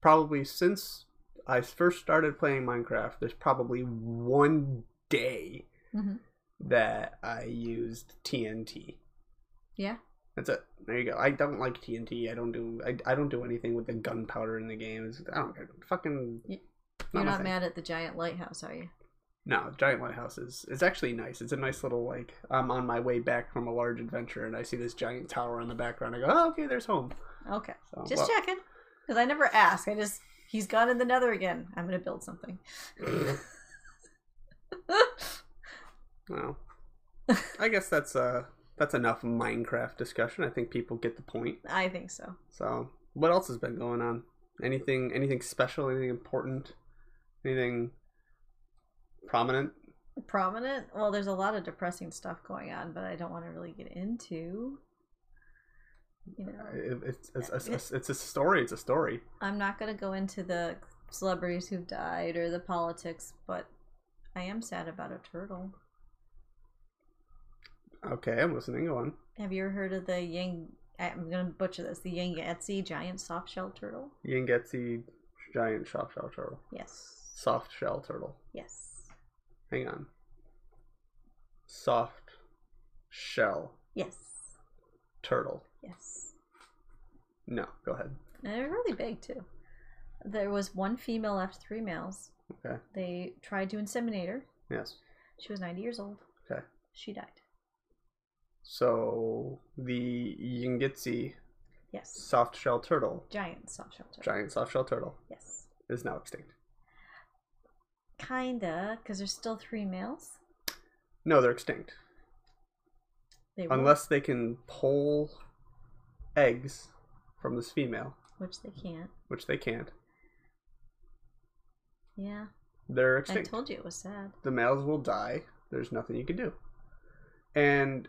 S1: probably since I first started playing Minecraft, there's probably one day
S2: Mhm.
S1: that I used TNT.
S2: Yeah.
S1: That's it. There you go. I don't like TNT. I don't do. I, I don't do anything with the gunpowder in the games. I don't care. Fucking.
S2: You-
S1: my
S2: You're not
S1: thing.
S2: mad at the giant lighthouse, are you?
S1: No, giant lighthouse is it's actually nice. It's a nice little like I'm on my way back from a large adventure and I see this giant tower in the background. I go, oh, okay, there's home.
S2: Okay,
S1: So,
S2: just
S1: Oh, well,
S2: checking, because I never ask. I just he's gone in the nether again. I'm gonna build something.
S1: Well, I guess that's uh that's enough Minecraft discussion. I think people get the point.
S2: I think so.
S1: So, what else has been going on? Anything anything special? Anything important? Anything prominent?
S2: Prominent. Well, there's a lot of depressing stuff going on, but I don't want to really get into. You know,
S1: It- It's it's, it's, it's, it's a story. It's a story.
S2: I'm not gonna go into the celebrities who've died or the politics, but I am sad about a turtle.
S1: Okay, I'm listening. Go on.
S2: Have you ever heard of the Yang? I'm gonna butcher this. The Yangatze giant soft shell turtle.
S1: Yengetsu giant soft shell turtle.
S2: Yes.
S1: Soft shell turtle.
S2: Yes.
S1: Hang on. Soft shell
S2: Yes.
S1: turtle.
S2: Yes.
S1: No, go ahead.
S2: And they're really big too. There was one female left, three males.
S1: Okay.
S2: They tried to inseminate her.
S1: Yes.
S2: She was 90 years old.
S1: Okay.
S2: She died.
S1: So the Yengetsu
S2: Yes.
S1: soft shell turtle,
S2: Giant soft shell turtle.
S1: giant soft shell turtle,
S2: Yes.
S1: is now extinct.
S2: Kinda, because there's still three males.
S1: No, they're extinct.
S2: They were,
S1: Unless they can pull eggs from this female,
S2: which they can't.
S1: which they can't.
S2: Yeah.
S1: They're
S2: I
S1: extinct.
S2: told you it was sad.
S1: the males will die. There's nothing you can do. And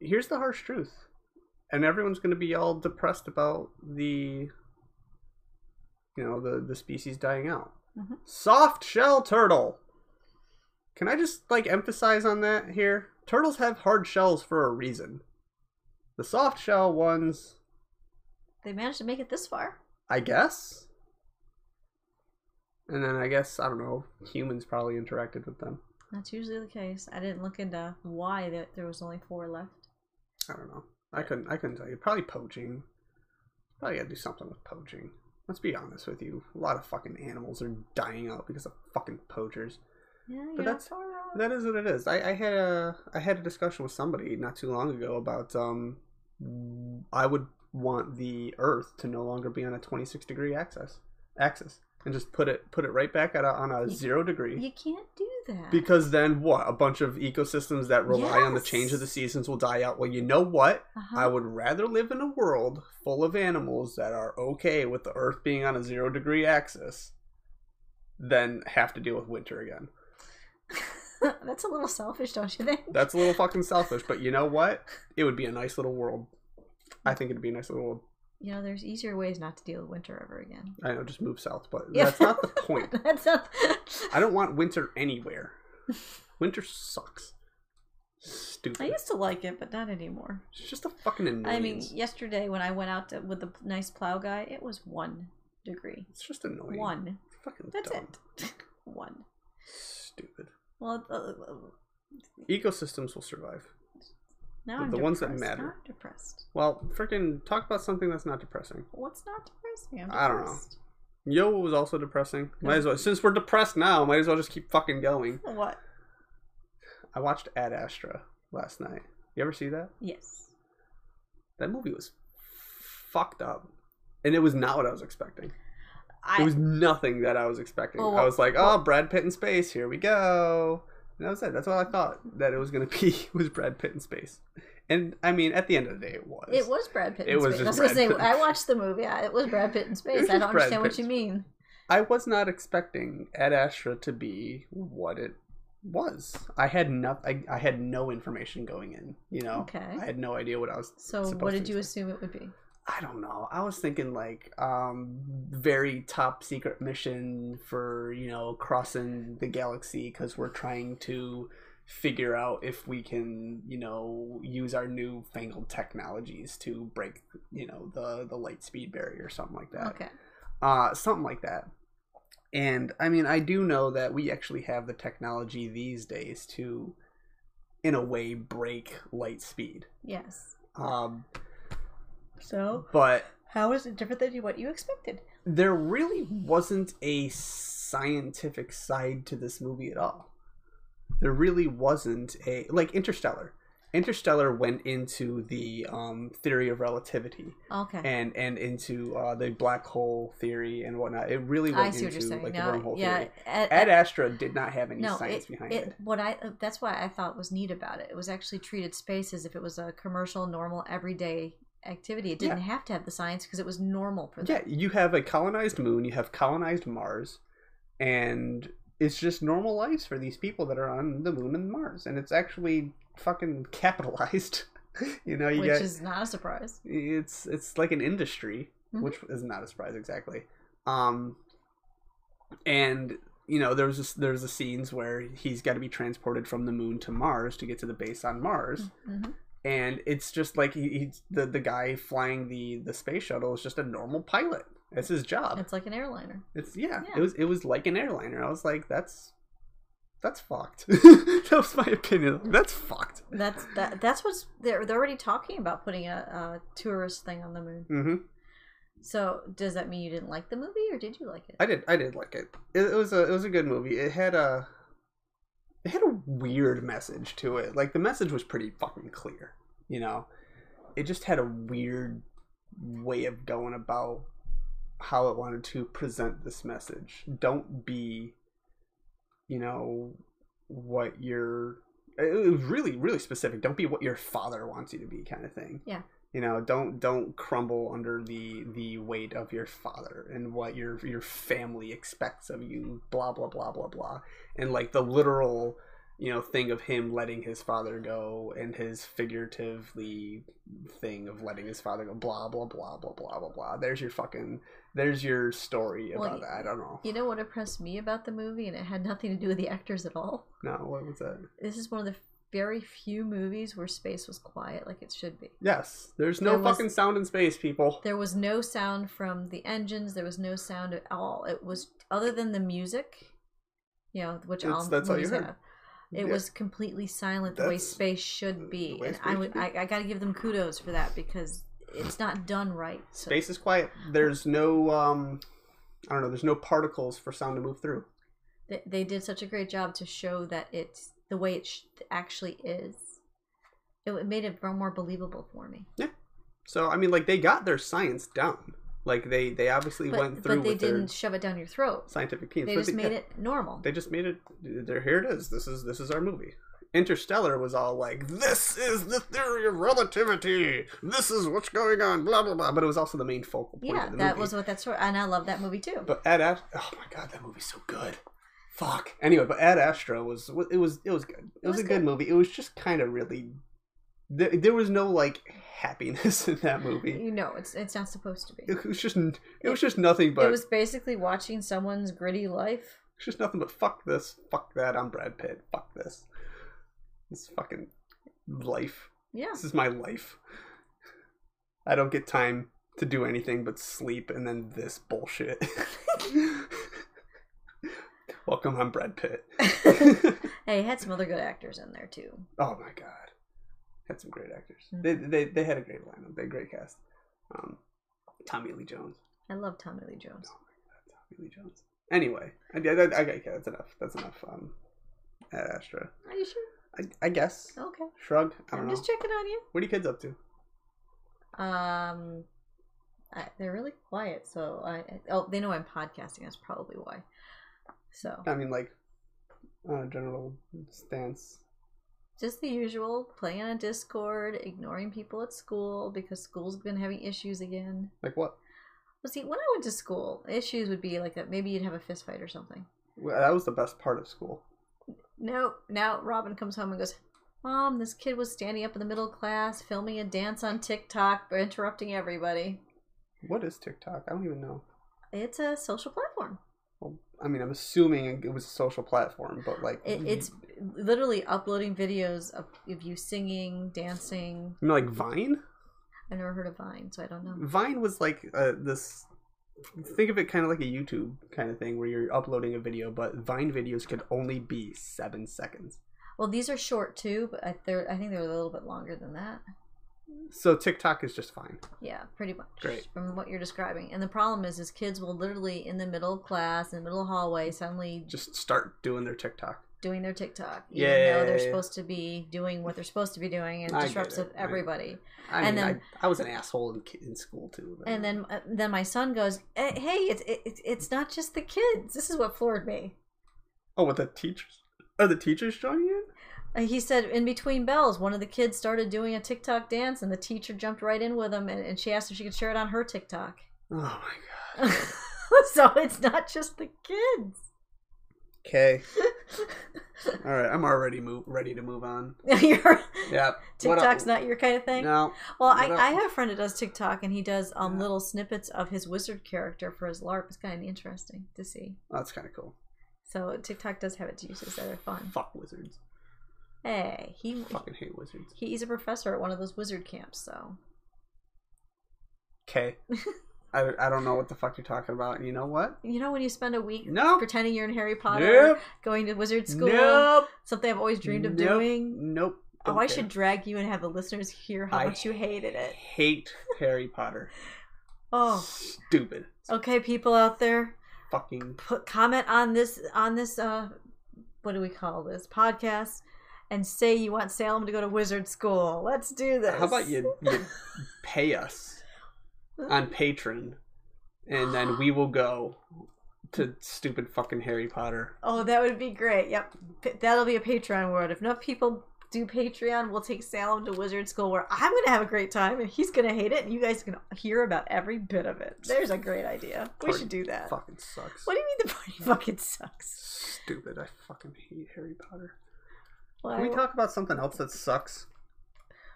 S1: here's the harsh truth. And everyone's going to be all depressed about the you know, the the species dying out.
S2: Mhm.
S1: Soft shell turtle. Can I just like emphasize on that here? Turtles have hard shells for a reason. The soft shell ones,
S2: They managed to make it this far.
S1: I guess. And then I guess I don't know, humans probably interacted with them.
S2: That's usually the case. I didn't look into why that there was only four left.
S1: I don't know. I couldn't. I couldn't tell you. Probably poaching. Probably gotta do something with poaching. Let's be honest with you. A lot of fucking animals are dying out because of fucking poachers.
S2: Yeah, you're
S1: But that's-
S2: that's far out.
S1: That is what it is. I, I had a I had a discussion with somebody not too long ago about um I would want the Earth to no longer be on a 26 degree axis axis and just put it put it right back at a, on a
S2: You-
S1: zero degree.
S2: you can't do that.
S1: because then what? A bunch of ecosystems that rely on the
S2: Yes.
S1: change of the seasons will die out. Well, you know what?
S2: Uh-huh.
S1: I would rather live in a world full of animals that are okay with the Earth being on a zero degree axis than have to deal with winter again.
S2: that's a little selfish, don't you think?
S1: That's a little fucking selfish, but you know what? It would be a nice little world. I think it'd be a nice little world.
S2: You know, there's easier ways not to deal with winter ever again.
S1: I know, just move south, but
S2: Yeah.
S1: that's not the point.
S2: that's not.
S1: I don't want winter anywhere. Winter sucks.
S2: I
S1: Stupid.
S2: used to like it, but not anymore.
S1: It's just a fucking annoyance.
S2: I mean, yesterday when I went out to, with the nice plow guy, it was one degree.
S1: it's just annoying.
S2: One.
S1: It's fucking
S2: That's
S1: dumb.
S2: it. one.
S1: Stupid.
S2: Well, uh,
S1: Ecosystems will survive.
S2: now
S1: The-
S2: I'm
S1: the ones that
S2: depressed.
S1: matter.
S2: Now I'm depressed.
S1: Well, freaking talk about something that's not depressing.
S2: What's not depressing? I'm
S1: I don't know.
S2: depressed.
S1: Yo was also depressing. Might as well. Since we're depressed now, might as well just keep fucking going.
S2: What?
S1: I watched Ad Astra last night. You ever see that?
S2: Yes.
S1: That movie was fucked up, and it was not what I was expecting.
S2: I
S1: it was nothing that I was expecting.
S2: Well,
S1: I was like,
S2: well-
S1: oh, Brad Pitt in space. Here we go. And that was it. That's all I thought that it was gonna be was Brad Pitt in space. And I mean, at the end of the day, it was.
S2: It was Brad Pitt. In
S1: It was
S2: space.
S1: just
S2: I was gonna
S1: Brad
S2: say
S1: Pitt.
S2: I watched the movie. Yeah, it was Brad Pitt in space.
S1: was
S2: I don't
S1: just Brad
S2: understand what
S1: Pitt.
S2: you mean.
S1: I was not expecting Ad Astra to be what it was. I had no, I, I had no information going in. You know,
S2: Okay.
S1: I had no idea what I was.
S2: So
S1: supposed
S2: what
S1: to
S2: did you
S1: expect.
S2: assume it would be?
S1: I don't know. I was thinking like um very top secret mission for, you know, crossing the galaxy cuz we're trying to figure out if we can, you know, use our new fangled technologies to break, you know, the the light speed barrier or something like that.
S2: Okay.
S1: Uh something like that. And I mean, I do know that we actually have the technology these days to in a way break light speed.
S2: Yes.
S1: Um
S2: So
S1: but
S2: how is it different than what you expected?
S1: there really wasn't a scientific side to this movie at all. There really wasn't a like Interstellar. Interstellar went into the um, theory of relativity
S2: Okay.
S1: and and into uh, the black hole theory and whatnot. It really went
S2: I see what
S1: into
S2: you're saying.
S1: like
S2: now,
S1: the wormhole
S2: yeah.
S1: theory.
S2: Ed,
S1: Ad Astra did not have any
S2: no,
S1: science
S2: it,
S1: behind
S2: it,
S1: it.
S2: What I that's why I thought was neat about it. It was actually treated space as if it was a commercial, normal, everyday activity. It didn't have to have the science because it was normal for
S1: Yeah,
S2: them.
S1: you have a colonized moon, you have colonized Mars, and it's just normal lives for these people that are on the moon and Mars, and it's actually fucking capitalized. you know, you
S2: which
S1: got
S2: is not a surprise.
S1: it's it's like an industry,
S2: Mhm.
S1: which is not a surprise exactly. Um, and you know, there's this, there's the scenes where he's got to be transported from the moon to Mars to get to the base on Mars
S2: Mhm.
S1: and it's just like he, he's the the guy flying the the space shuttle is just a normal pilot. That's his job.
S2: It's like an airliner.
S1: It's yeah,
S2: yeah.
S1: It was it was like an airliner. I was like, that's that's fucked. that was my opinion. That's fucked.
S2: That's that. That's what's they're they're already talking about putting a, a tourist thing on the moon.
S1: hmm
S2: So does that mean you didn't like the movie, or did you like it?
S1: I did I did like it. it. It was a it was a good movie. It had a it had a weird message to it. Like the message was pretty fucking clear. You know, it just had a weird way of going about how it wanted to present this message. Don't be, you know, what your it was really really specific. Don't be what your father wants you to be, kind of thing.
S2: Yeah.
S1: You know, don't don't crumble under the the weight of your father and what your your family expects of you. Blah blah blah blah blah. And like the literal, you know, thing of him letting his father go and his figuratively thing of letting his father go. Blah blah blah blah blah blah blah. There's your fucking. There's your story
S2: Well,
S1: about that. I don't know.
S2: You know what impressed me about the movie, and it had nothing to do with the actors at all.
S1: No, what was that?
S2: This is one of the very few movies where space was quiet, like it should be.
S1: Yes, there's no
S2: There was-
S1: fucking sound in space, people.
S2: There was no sound from the engines. There was no sound at all. It was other than the music, you know, which
S1: It's-
S2: all
S1: that's all you
S2: movies
S1: heard.
S2: have. It
S1: Yeah.
S2: was completely silent the way
S1: That's
S2: space should
S1: the
S2: be,
S1: way
S2: and
S1: space
S2: I
S1: should
S2: would
S1: be.
S2: I, I got to give them kudos for that because it's not done right. So-
S1: Space is quiet. There's no um I don't know, there's no particles for sound to move through.
S2: they, they did such a great job to show that it's the way it sh- actually is. It w- made it far more believable for me.
S1: So I mean like they got their science down. Like they they obviously went
S2: But,
S1: through
S2: but they
S1: with their
S2: didn't shove it down your throat.
S1: scientific teams.
S2: They
S1: But
S2: just made
S1: yeah,
S2: it normal.
S1: e They just made it there here it is. This is this is our movie. Interstellar was all like, This is the theory of relativity. This is what's going on, blah blah blah. But it was also the main focal point.
S2: yeah,
S1: of the
S2: that
S1: movie.
S2: was what that story, and I love that movie too.
S1: But Ad Ast- oh my god, that movie's so good. Fuck. Anyway, but Ad Astra was it was it was good. It, was,
S2: was
S1: a good,
S2: good.
S1: movie. It was just kind of really there, there was no like happiness in that movie.
S2: you know, it's it's not supposed to be.
S1: It was just it was just nothing
S2: it
S1: but
S2: was basically watching someone's gritty life
S1: It's just nothing but fuck this, fuck that. I'm Brad Pitt. Fuck this. This fucking life.
S2: Yeah.
S1: This is my life. I don't get time to do anything but sleep and then this bullshit. Welcome, I'm Brad Pitt.
S2: Hey, it had some other good actors in there too.
S1: oh my god, had some great actors.
S2: Mhm.
S1: They, they they had a great lineup. They had a great cast. Um, Tommy Lee Jones.
S2: I love Tommy Lee Jones.
S1: Tommy Lee Jones. Anyway, I, I, I, okay, that's enough. That's enough. Um, at Astra,
S2: Are you sure?
S1: I, I guess.
S2: Okay.
S1: Shrug. I don't
S2: Oh. I'm
S1: know.
S2: just checking on you.
S1: what are you kids up to?
S2: Um, I, they're really quiet, so I oh they know I'm podcasting. That's probably why. So
S1: I mean, like, on a general stance.
S2: just the usual playing on Discord, ignoring people at school because school's been having issues again.
S1: Like what?
S2: Well, see, when I went to school, issues would be like that. Maybe you'd have a fist fight or something.
S1: Well, that was the best part of school.
S2: No, now Robin comes home and goes, Mom, this kid was standing up in the middle of class, filming a dance on TikTok, but interrupting everybody.
S1: What is TikTok? I don't even know.
S2: It's a social platform.
S1: Well, I mean, I'm assuming it was a social platform, but like,
S2: It, it's literally uploading videos of, of you singing, dancing.
S1: you know, like Vine.
S2: I've never heard of Vine, so I don't know.
S1: Vine was like uh, this. Think of it kind of like a YouTube kind of thing where you're uploading a video, but Vine videos could only be seven seconds.
S2: Well, these are short too, but I, they're, I think they're a little bit longer than that.
S1: So TikTok is just fine.
S2: Yeah, pretty much.
S1: Great.
S2: From what you're describing. And the problem is, is kids will literally in the middle of class, in the middle of hallway, suddenly
S1: Just start doing their TikTok.
S2: doing their TikTok, even
S1: Yeah, yeah,
S2: though they're
S1: yeah, yeah.
S2: supposed to be doing what they're supposed to be doing, and
S1: I
S2: it
S1: get
S2: disrupts
S1: it, I-
S2: everybody.
S1: I
S2: And
S1: mean,
S2: then-
S1: I, I was an asshole in, ki- in school too. but-
S2: And then, uh, then my son goes, "Eh, "Hey, it's it, it's- it's not just the kids. This is what floored me."
S1: oh, with the teachers? Are the teachers joining in?
S2: Uh, He said, in between bells, one of the kids started doing a TikTok dance, and the teacher jumped right in with him, and, and she asked if she could share it on her TikTok.
S1: Oh my god.
S2: so it's not just the kids.
S1: Okay. All right. I'm already move, ready to move on.
S2: Your
S1: Yeah. What
S2: TikTok's
S1: up?
S2: not your kind of thing.
S1: No.
S2: Well, I,
S1: What up?
S2: I have a friend that does TikTok, and he does um
S1: Yeah.
S2: little snippets of his wizard character for his LARP. It's kind of interesting to see.
S1: That's kind of cool.
S2: So TikTok does have its uses that are fun.
S1: Fuck wizards.
S2: Hey, he
S1: Fucking hate wizards.
S2: he- he's a professor at one of those wizard camps, so
S1: Okay. I, I don't know what the fuck you're talking about. And you know what?
S2: you know when you spend a week
S1: No.
S2: pretending you're in Harry Potter,
S1: Nope.
S2: going to wizard school,
S1: Nope.
S2: something I've always dreamed of
S1: Nope.
S2: doing.
S1: Nope.
S2: Oh, I
S1: Don't
S2: should
S1: care.
S2: drag you and have the listeners hear how
S1: I
S2: much you hated it.
S1: Hate Harry Potter.
S2: Oh,
S1: Stupid.
S2: okay, people out there,
S1: Fucking.
S2: put comment on this on this uh what do we call this podcast and say you want Salem to go to wizard school. Let's do this.
S1: How about you, you pay us on Patreon, and then we will go to stupid fucking Harry Potter.
S2: Oh, that would be great. Yep. P- That'll be a Patreon world. If enough people do Patreon, we'll take Salem to wizard school where I'm going to have a great time and he's going to hate it and you guys can hear about every bit of it. There's a great idea. We
S1: Party
S2: should do that.
S1: Fucking sucks.
S2: What do you mean the party fucking sucks?
S1: Stupid. I fucking hate Harry Potter.
S2: Why?
S1: Can we talk about something else that sucks?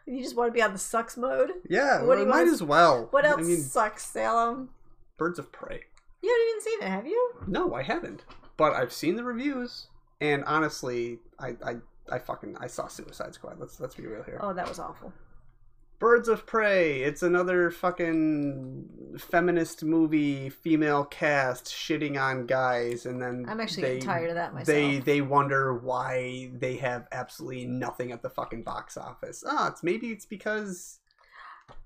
S2: you just want to be on the sucks mode?
S1: Yeah,
S2: What do
S1: we
S2: you
S1: might
S2: wanna-
S1: as well.
S2: What else
S1: I mean,
S2: sucks, Salem?
S1: Birds of Prey.
S2: You haven't even seen it, have you?
S1: No, I haven't. But I've seen the reviews, and honestly, I, I, I fucking I saw Suicide Squad. Let's let's be real here.
S2: Oh, that was awful.
S1: Birds of Prey. It's another fucking feminist movie, female cast shitting on guys, and then
S2: I'm actually
S1: they,
S2: getting tired of that myself.
S1: They they wonder why they have absolutely nothing at the fucking box office. Ah, it's maybe it's because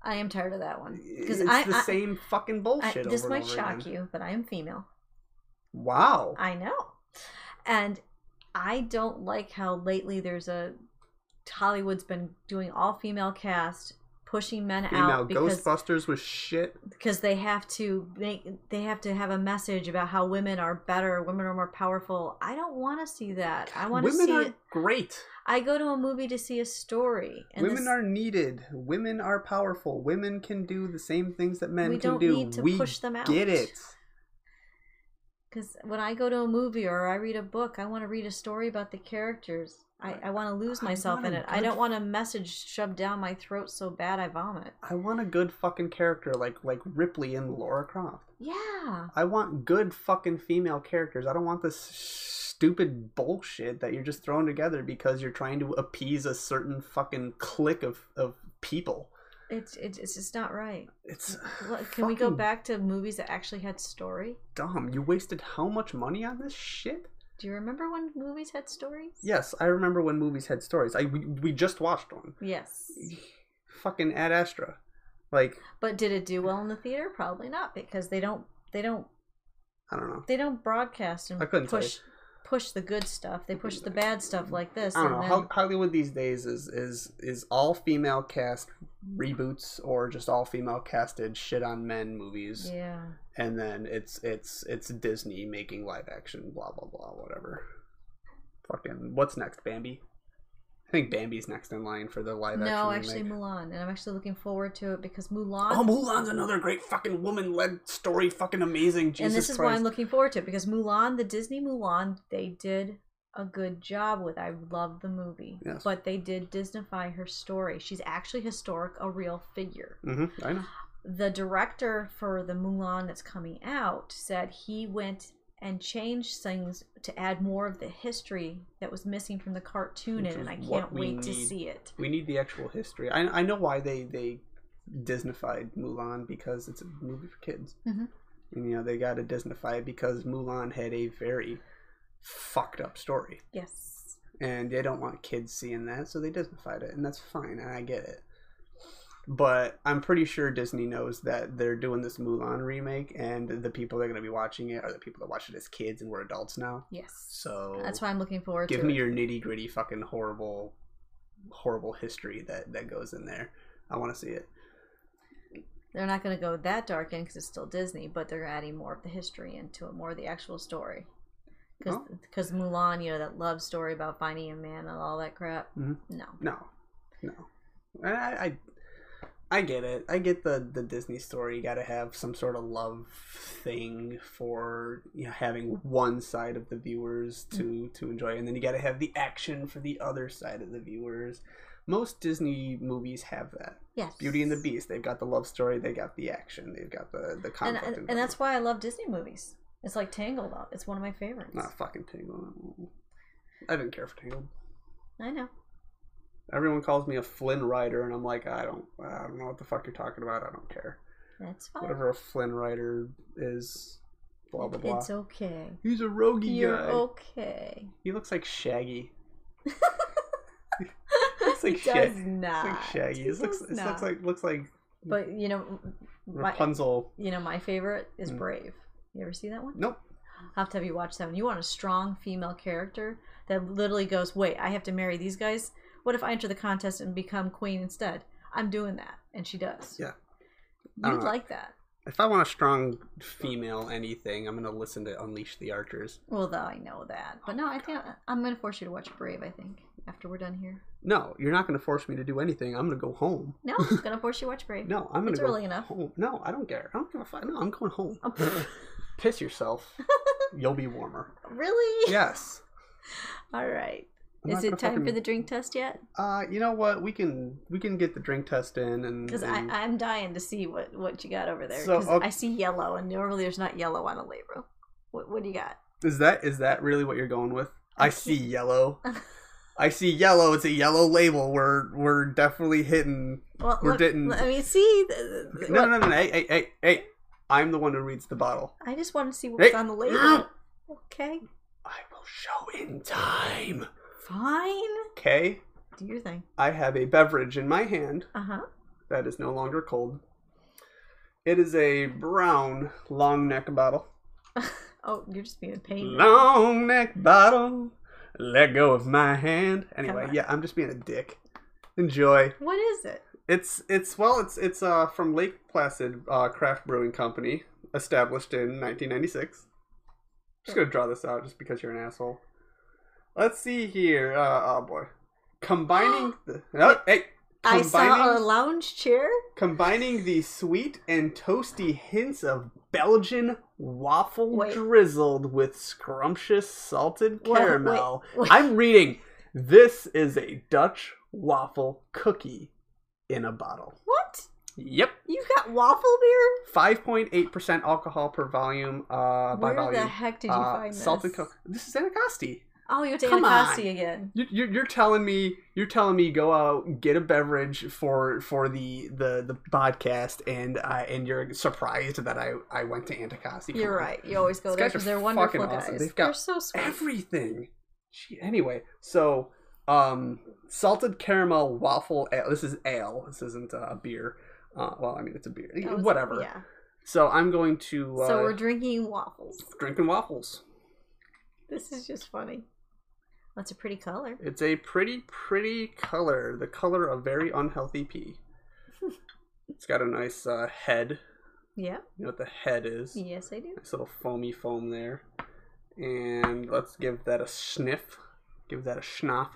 S2: I am tired of that one because
S1: it's
S2: Um, I,
S1: the
S2: I-
S1: same fucking
S2: I-
S1: bullshit.
S2: this
S1: over and
S2: might
S1: over
S2: shock
S1: again.
S2: you, but I am female.
S1: Wow.
S2: I know, and I don't like how lately there's a Hollywood's been doing all female cast, pushing men
S1: Female
S2: out because
S1: Ghostbusters was shit.
S2: because they have to make they have to have a message about how women are better, women are more powerful. I don't want to see that. I want to
S1: Women
S2: see.
S1: are great.
S2: I go to a movie to see a story. And
S1: Women
S2: this-
S1: are needed. Women are powerful. Women can do the same things that men
S2: We
S1: can
S2: don't
S1: do.
S2: need to
S1: we
S2: push them out.
S1: get it.
S2: Because when I go to a movie or I read a book, I want to read a story about the characters. I, I want to lose
S1: I
S2: myself
S1: want
S2: in
S1: a
S2: it. I
S1: good-
S2: don't want a message shoved down my throat so bad I vomit.
S1: I want a good fucking character like like Ripley and Laura Croft.
S2: Yeah.
S1: I want good fucking female characters. I don't want this stupid bullshit that you're just throwing together because you're trying to appease a certain fucking clique of of people.
S2: It's it's it's just not right.
S1: It's
S2: Look, can we go
S1: fucking
S2: back to movies that actually had story?
S1: Dumb. You wasted how much money on this shit?
S2: Do you remember when movies had stories?
S1: Yes, I remember when movies had stories. I we, we just watched one.
S2: Yes.
S1: Fucking Ad Astra. Like
S2: But did it do well in the theater? Probably not because they don't they don't
S1: I don't know.
S2: they don't broadcast and
S1: I couldn't tell you.
S2: push push the good stuff. They push the bad stuff like this.
S1: I don't know.
S2: and then,
S1: Ho- Hollywood these days is is is all female cast reboots or just all female casted shit on men movies,
S2: yeah.
S1: and then it's it's it's Disney making live action, blah blah blah, whatever. Fucking what's next, Bambi? I think Bambi's next in line for the live
S2: no,
S1: action.
S2: actually
S1: remake.
S2: Mulan, and I'm actually looking forward to it because Mulan.
S1: Oh, Mulan's another great fucking woman led story. Fucking amazing. Jesus
S2: and this is
S1: Christ.
S2: why I'm looking forward to it because Mulan, the Disney Mulan, they did a good job with. I love the movie,
S1: Yes.
S2: but they did Disneyfy her story. She's actually historic, a real figure.
S1: Mm-hmm, I know.
S2: The director for the Mulan that's coming out said he went and changed things to add more of the history that was missing from the cartoon,
S1: Which
S2: in,
S1: is
S2: and I
S1: what
S2: can't
S1: we
S2: wait to
S1: need.
S2: see it.
S1: We need the actual history. I, I know why they they Disneyfied Mulan because it's a movie for kids.
S2: Mhm.
S1: And you know they got to Disneyfy it because Mulan had a very fucked up story,
S2: Yes.
S1: and they don't want kids seeing that, so they Disneyfied it, and that's fine, and I get it. But I'm pretty sure Disney knows that they're doing this Mulan remake, and the people that are going to be watching it are the people that watched it as kids, and we're adults now.
S2: Yes.
S1: So
S2: That's why I'm looking forward
S1: give
S2: to
S1: me
S2: it.
S1: your nitty gritty fucking horrible horrible history that that goes in there i want to see it
S2: they're not going to go that dark in because it's still Disney, but they're adding more of the history into it, more of the actual story.
S1: Oh.
S2: Because Mulan, you know, that love story about finding a man and all that crap.
S1: Mhm.
S2: No.
S1: no no i i i get it i get the the disney story you gotta have some sort of love thing for you know having one side of the viewers
S2: Mm.
S1: to to enjoy and then you gotta have the action for the other side of the viewers most disney movies have that
S2: Yes.
S1: beauty and the beast they've got the love story they got the action they've got the the
S2: And,
S1: conflict
S2: and,
S1: involved.
S2: and that's why I love Disney movies. It's like Tangled up. It's one of my favorites.
S1: Not fucking Tangled. I didn't care for Tangled.
S2: I know.
S1: Everyone calls me a Flynn rider, and I'm like, I don't, I don't know what the fuck you're talking about. I don't care.
S2: That's fine.
S1: Whatever a Flynn rider is, blah blah blah.
S2: It's okay.
S1: He's a roguey
S2: You're
S1: guy.
S2: okay.
S1: He looks like Shaggy. Looks like
S2: he
S1: Shaggy.
S2: does
S1: Looks
S2: not.
S1: like Shaggy.
S2: He
S1: It looks,
S2: does
S1: it
S2: not.
S1: looks like looks like
S2: But you know, my-
S1: Rapunzel.
S2: you know, my favorite is
S1: Mm.
S2: Brave. You ever see that one?
S1: Nope.
S2: I'll have to have you watch that one. You want a strong female character that literally goes, wait, I have to marry these guys. What if I enter the contest and become queen instead? I'm doing that, and she does.
S1: Yeah. I
S2: you'd
S1: don't know.
S2: like that.
S1: If I want a strong female anything, I'm gonna listen to Unleash the Archers.
S2: Well, though I know that, but
S1: Oh
S2: no, I think I'm gonna force you to watch Brave. I think after we're done here,
S1: No, you're not gonna force me to do anything. I'm gonna go home.
S2: no, I'm gonna force you to watch Brave.
S1: No, I'm gonna
S2: It's
S1: go
S2: early enough.
S1: home. No, I don't care. I don't give a fuck. No, I'm going home.
S2: Oh, pff,
S1: Piss yourself. You'll be warmer.
S2: really?
S1: Yes.
S2: All right.
S1: I'm
S2: Is
S1: not
S2: it
S1: gonna
S2: time for
S1: fucking-
S2: the drink test yet?
S1: Uh, you know what? We can we can get the drink test in and.
S2: Because
S1: and-
S2: I'm dying to see what what you got over there.
S1: Mm. So,
S2: 'Cause
S1: okay.
S2: I see yellow, and normally there's not yellow on a label. What, what do you got?
S1: is that is that really what you're going with?
S2: I
S1: I see
S2: can't-
S1: yellow. I see yellow. It's a yellow label. We're we're definitely hitting.
S2: Well,
S1: We're
S2: look,
S1: getting-
S2: let me see. The- the-
S1: No
S2: look,
S1: no no no. Hey hey hey hey! I'm the one who reads the bottle.
S2: I just want to see what's
S1: Hey.
S2: on the label. Okay,
S1: I will show in time.
S2: fine.
S1: Okay.
S2: Do your thing.
S1: I have a beverage in my hand.
S2: Uh huh.
S1: that is no longer cold. It is a brown long neck bottle.
S2: Oh, you're just being a pain.
S1: Long neck bottle. Let go of my hand. Anyway,
S2: Come on.
S1: yeah, I'm just being a dick. Enjoy.
S2: What is it?
S1: It's it's well, it's it's uh from Lake Placid uh, Craft Brewing Company, established in 1996. Just gonna draw this out just because you're an asshole. Let's see here. Uh, oh boy, combining the oh, hey
S2: I saw a
S1: Combining-
S2: lounge chair.
S1: Combining the sweet and toasty hints of Belgian waffle
S2: Wait.
S1: drizzled with scrumptious salted
S2: Wait, wait,
S1: caramel.
S2: wait.
S1: I'm reading. This is a Dutch waffle cookie in a bottle.
S2: What?
S1: Yep.
S2: You've got waffle beer?
S1: 5.8% alcohol per volume uh by
S2: Where
S1: volume.
S2: the heck did you
S1: Uh,
S2: find this?
S1: salted coke. This is Anacostia.
S2: Oh, you went to
S1: Come
S2: Anacostia again.
S1: You- You're, you're telling me you're telling me go out get a beverage for for the the the podcast and uh, and you're surprised that I I went to Anticosti. Come
S2: You're
S1: on.
S2: right. You always go
S1: These
S2: there
S1: guys
S2: because
S1: are
S2: they're
S1: fucking
S2: wonderful
S1: awesome.
S2: guys.
S1: They've got
S2: they're so sweet.
S1: Everything. Gee, anyway, so um salted caramel waffle ale. This is ale. This isn't uh, a beer. Uh, well, I mean it's a beer.
S2: That was-
S1: Whatever.
S2: Yeah.
S1: So I'm going to uh,
S2: So we're drinking waffles.
S1: drinking waffles.
S2: This is just funny. That's a pretty color.
S1: It's a pretty, pretty color. The color of very unhealthy pea. it's got a nice uh, head.
S2: Yeah.
S1: You know what the head is?
S2: Yes, I do.
S1: Nice little foamy foam there. And let's give that a sniff. Give that a schnoff.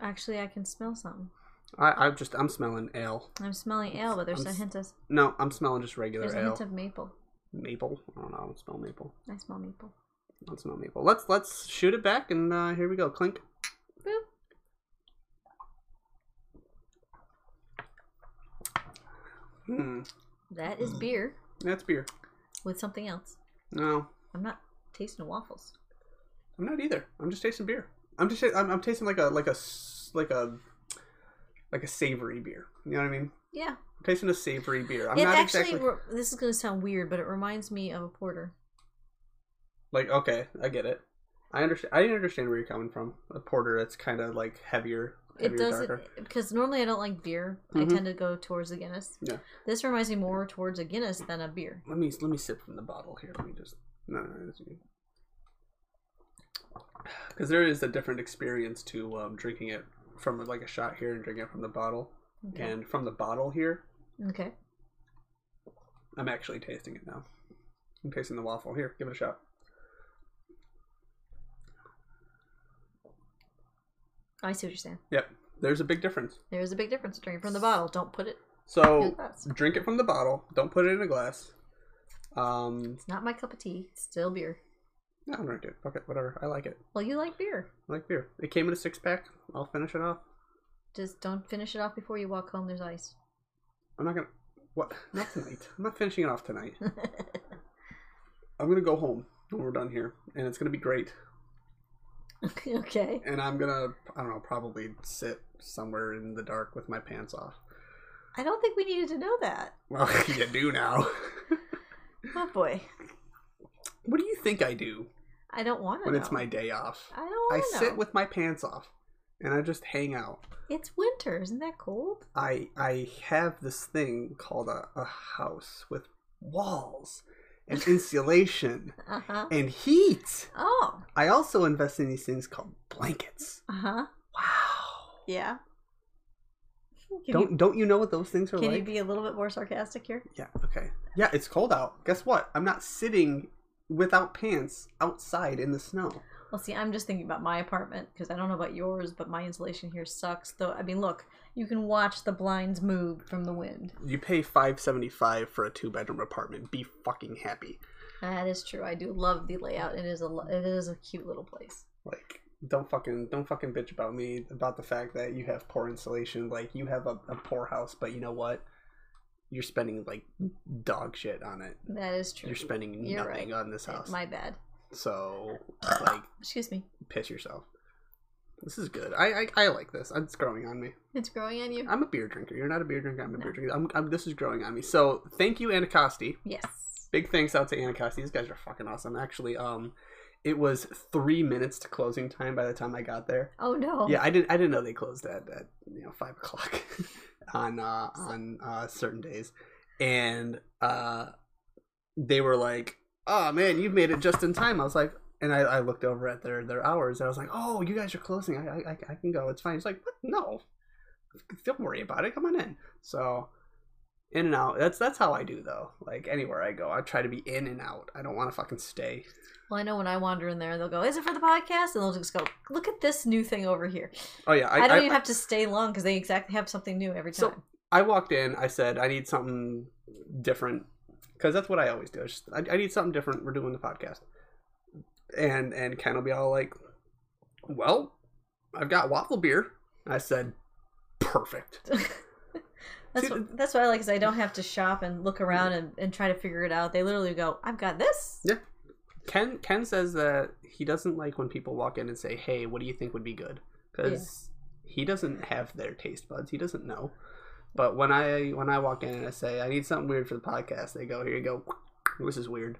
S2: Actually, I can smell something.
S1: I, I just I'm smelling ale.
S2: I'm smelling ale, but there's
S1: I'm
S2: a
S1: s-
S2: hint of
S1: No, I'm smelling just regular
S2: there's a
S1: ale.
S2: hint of maple.
S1: maple. I don't know. I don't smell maple.
S2: I smell maple.
S1: I don't smell maple. Let's let's shoot it back and uh, here we go. Clink.
S2: Boop.
S1: Hmm.
S2: That is
S1: Mm.
S2: beer
S1: That's beer.
S2: with something else.
S1: No,
S2: I'm not tasting waffles.
S1: I'm not either. I'm just tasting beer. I'm just I'm, I'm tasting like a like a s- like a like a savory beer. You know what I mean?
S2: Yeah.
S1: I'm tasting a savory beer. I'm
S2: it
S1: not
S2: actually,
S1: exactly
S2: re- this is going to sound weird, but it reminds me of a porter.
S1: like okay. I get it. I understand. I understand where you're coming from. A porter that's kind of like heavier, heavier,
S2: it does
S1: darker.
S2: it because normally I don't like beer. I
S1: Mhm.
S2: tend to go towards the Guinness.
S1: Yeah.
S2: This reminds me more towards a Guinness than a beer.
S1: Let me let me sip from the bottle here. Let me just no, no, because there is a different experience to um, drinking it from like a shot here and drinking it from the bottle.
S2: Okay.
S1: And from the bottle here,
S2: Okay.
S1: I'm actually tasting it now. I'm tasting the waffle. Here, give it a shot.
S2: I see what you're saying.
S1: Yep, there's a big difference.
S2: There's a big difference between from the bottle. Don't put it in the
S1: So
S2: glass.
S1: drink it from the bottle. Don't put it in a glass. Um,
S2: It's not my cup of tea. It's still beer.
S1: no, I'm drink it. Fuck it, whatever. I like it.
S2: Well, you like beer.
S1: I like beer. It came in a six pack. I'll finish it off.
S2: Just don't finish it off before you walk home. There's ice.
S1: I'm not gonna. What? Not tonight. I'm not finishing it off tonight. I'm gonna go home when we're done here, and it's gonna be great.
S2: okay.
S1: And I'm gonna, I don't know, probably sit somewhere in the dark with my pants off.
S2: I don't think we needed to know that.
S1: Well, you do now.
S2: Oh boy.
S1: what do you think I do
S2: I don't want to.
S1: when
S2: know.
S1: it's my day off?
S2: I don't
S1: I
S2: want to.
S1: sit with my pants off, and I just hang out.
S2: It's winter. Isn't that cold?
S1: I I have this thing called a, a house with walls and insulation
S2: Uh huh.
S1: and heat.
S2: Oh.
S1: I also invest in these things called blankets.
S2: Uh huh.
S1: Wow.
S2: Yeah. Can
S1: Don't don't you know what those things are
S2: you, can
S1: like?
S2: you be a little bit more sarcastic here?
S1: Yeah, okay. Yeah, it's cold out. Guess what? I'm not sitting without pants outside in the snow.
S2: Well, see, I'm just thinking about my apartment because I don't know about yours, but my insulation here sucks. Though, I mean, look, you can watch the blinds move from the wind.
S1: You pay 575 for a two bedroom apartment. Be fucking happy.
S2: That is true. I do love the layout. It is a lo- it is a cute little place.
S1: Like don't fucking don't fucking bitch about me about the fact that you have poor insulation. Like you have a, a poor house, but you know what? You're spending like dog shit on it.
S2: That is true.
S1: You're spending
S2: You're
S1: nothing
S2: right.
S1: on this
S2: Yeah,
S1: house.
S2: My bad.
S1: So like
S2: Excuse me.
S1: piss yourself. This is good. I, I I like this. It's growing on me.
S2: It's growing on you.
S1: I'm a beer drinker. You're not a beer drinker. I'm a
S2: No.
S1: beer drinker. I'm, I'm, this is growing on me. So thank you, Anacosty.
S2: Yes.
S1: Big thanks out to Anacosty. These guys are fucking awesome. Actually, um, it was three minutes to closing time by the time I got there.
S2: Oh no.
S1: Yeah, I didn't. I didn't know they closed at, at you know five o'clock on uh, on uh, certain days, and uh, they were like, "Oh man, you've made it just in time." I was like, and I, I looked over at their their hours, and I was like, "Oh, you guys are closing. I I, I- I can go. It's fine." He's like, "What? No, don't worry about it. Come on in." So in and out. That's that's how I do though. Like anywhere I go, I try to be in and out. I don't want to fucking stay.
S2: Well, I know when I wander in there, they'll go, "Is it for the podcast?" And they'll just go, "Look at this new thing over here."
S1: Oh yeah,
S2: I, don't even have to stay long because they exactly have something new every
S1: So-
S2: time.
S1: I walked in. I said, I need something different because that's what I always do. It's just, I, I need something different. We're doing the podcast, and and Ken will be all like, "Well, I've got waffle beer." I said, "Perfect."
S2: that's
S1: See,
S2: what, that's what I like is I don't have to shop and look around and, and try to figure it out. They literally go, "I've got this."
S1: Yeah. Ken Ken says that he doesn't like when people walk in and say, "Hey, what do you think would be good?" Because he doesn't have their taste buds. He doesn't know. But when I when I walk in and I say, "I need something weird for the podcast," they go, "Here you go. This is weird."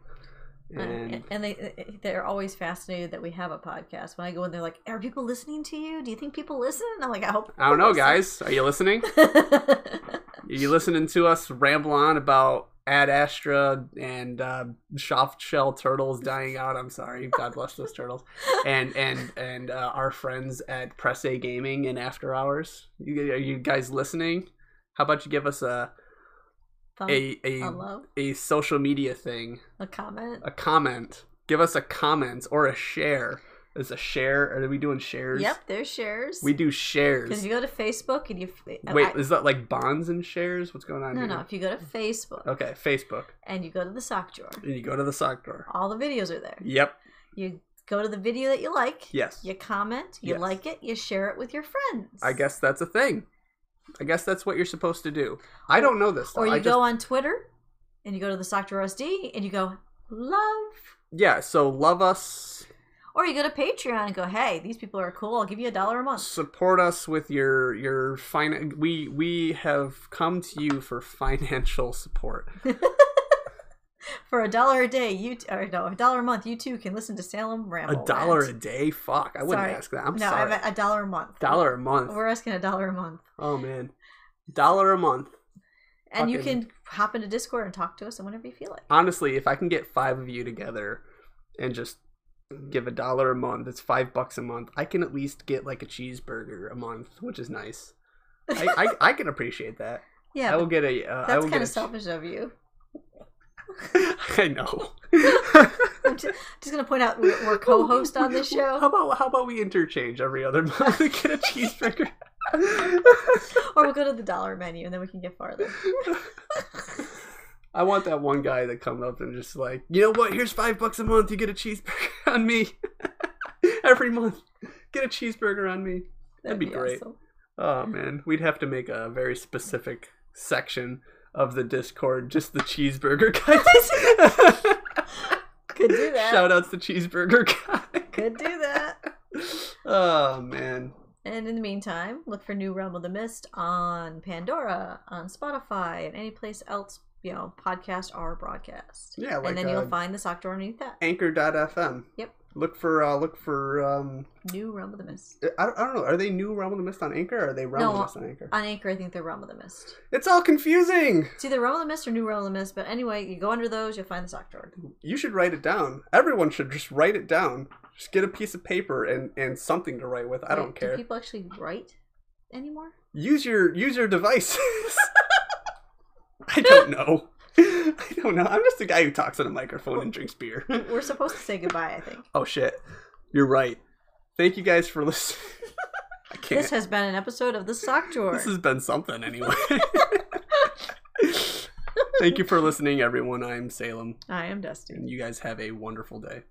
S2: Uh, And,
S1: And
S2: and they uh, they're always fascinated that we have a podcast. When I go in, they're like, "Are people listening to you? Do you think people listen?" And I'm like, "I hope."
S1: I don't know,
S2: they listen."
S1: guys. Are you listening? Are you listening to us ramble on about Ad Astra and uh, soft shell turtles dying out? I'm sorry. God bless those turtles. and and and uh, our friends at Press A Gaming and After Hours. You, are you guys listening? How about you give us a
S2: Thumb,
S1: a a,
S2: a Um, love,
S1: a social media thing,
S2: a comment.
S1: a comment? Give us a comment or a share. Is a share? Are we doing shares?
S2: Yep, there's shares.
S1: We do shares.
S2: Because you go to Facebook and you uh,
S1: Wait,
S2: I-
S1: is that like bonds and shares? What's going on
S2: no,
S1: here?
S2: no. If you go to Facebook
S1: Okay, Facebook.
S2: and you go to the sock drawer,
S1: And you go to the sock drawer.
S2: all the videos are there.
S1: Yep.
S2: You go to the video that you like.
S1: Yes.
S2: You comment. You
S1: Yes.
S2: like it. You share it with your friends.
S1: I guess that's a thing. I guess that's what you're supposed to do. I don't know this. Though.
S2: Or you
S1: I
S2: go
S1: just-
S2: on Twitter and you go to the sock drawer SD and you go love.
S1: yeah. So love us.
S2: Or you go to Patreon and go, hey, these people are cool. I'll give you a dollar a month.
S1: support us with your your fine we we have come to you for financial support
S2: For a dollar a day, you t- or no, a dollar a month, you too can listen to Salem
S1: a
S2: Ramble.
S1: dollar a
S2: Rant.
S1: day fuck i wouldn't
S2: Sorry.
S1: ask that i'm
S2: no, I
S1: sorry
S2: meant a dollar a month.
S1: dollar a month
S2: We're asking a dollar a month.
S1: oh man dollar a month
S2: And you
S1: Fucking-
S2: can hop into Discord and talk to us and whenever you feel like.
S1: honestly if i can get five of you together and just give a dollar a month it's five bucks a month i can at least get like a cheeseburger a month which is nice i i, I can appreciate that
S2: Yeah,
S1: i will
S2: but
S1: get a uh, I
S2: that's
S1: will
S2: kind
S1: get
S2: of
S1: a che-
S2: selfish of you.
S1: i know
S2: I'm just, just gonna point out we're, we're co-host on this
S1: How
S2: show,
S1: about how about we interchange every other month and get a cheeseburger?
S2: or we'll go to the dollar menu and then we can get farther.
S1: I want that one guy that comes up and just like, you know what? Here's five bucks a month. You get a cheeseburger on me every month. Get a cheeseburger on me. That'd be great.
S2: awesome.
S1: Oh man, we'd have to make a very specific section of the Discord just the cheeseburger guy.
S2: Could do that.
S1: Shout outs to cheeseburger guy.
S2: Could do that.
S1: Oh man.
S2: And in the meantime, look for New Realm of the Mist on Pandora, on Spotify, and any place else you know podcast or broadcast.
S1: Yeah, like
S2: and then
S1: uh,
S2: you'll find the sock door underneath that.
S1: anchor.fm
S2: Yep.
S1: look for uh look for um
S2: New Realm of the Mist.
S1: I don't, I don't know are they new realm of the mist on anchor or are they realm of the
S2: No,
S1: mist on anchor
S2: On Anchor, I think they're Realm of the Mist.
S1: it's all confusing
S2: It's either Realm of the Mist or New Realm of the Mist, but anyway, you go under those, you'll find the sock drawer.
S1: you should write it down everyone should just write it down just get a piece of paper and and something to write with i don't
S2: Wait,
S1: care
S2: Do people actually write anymore?
S1: use your use your devices i don't know i don't know i'm just a guy who talks on a microphone and drinks beer
S2: We're supposed to say goodbye, I think.
S1: oh shit you're right thank you guys for listening i can't
S2: This has been an episode of The Sock Drawer.
S1: This has been something anyway. Thank you for listening, everyone. I'm Salem,
S2: I am Dusty.
S1: and you guys have a wonderful day.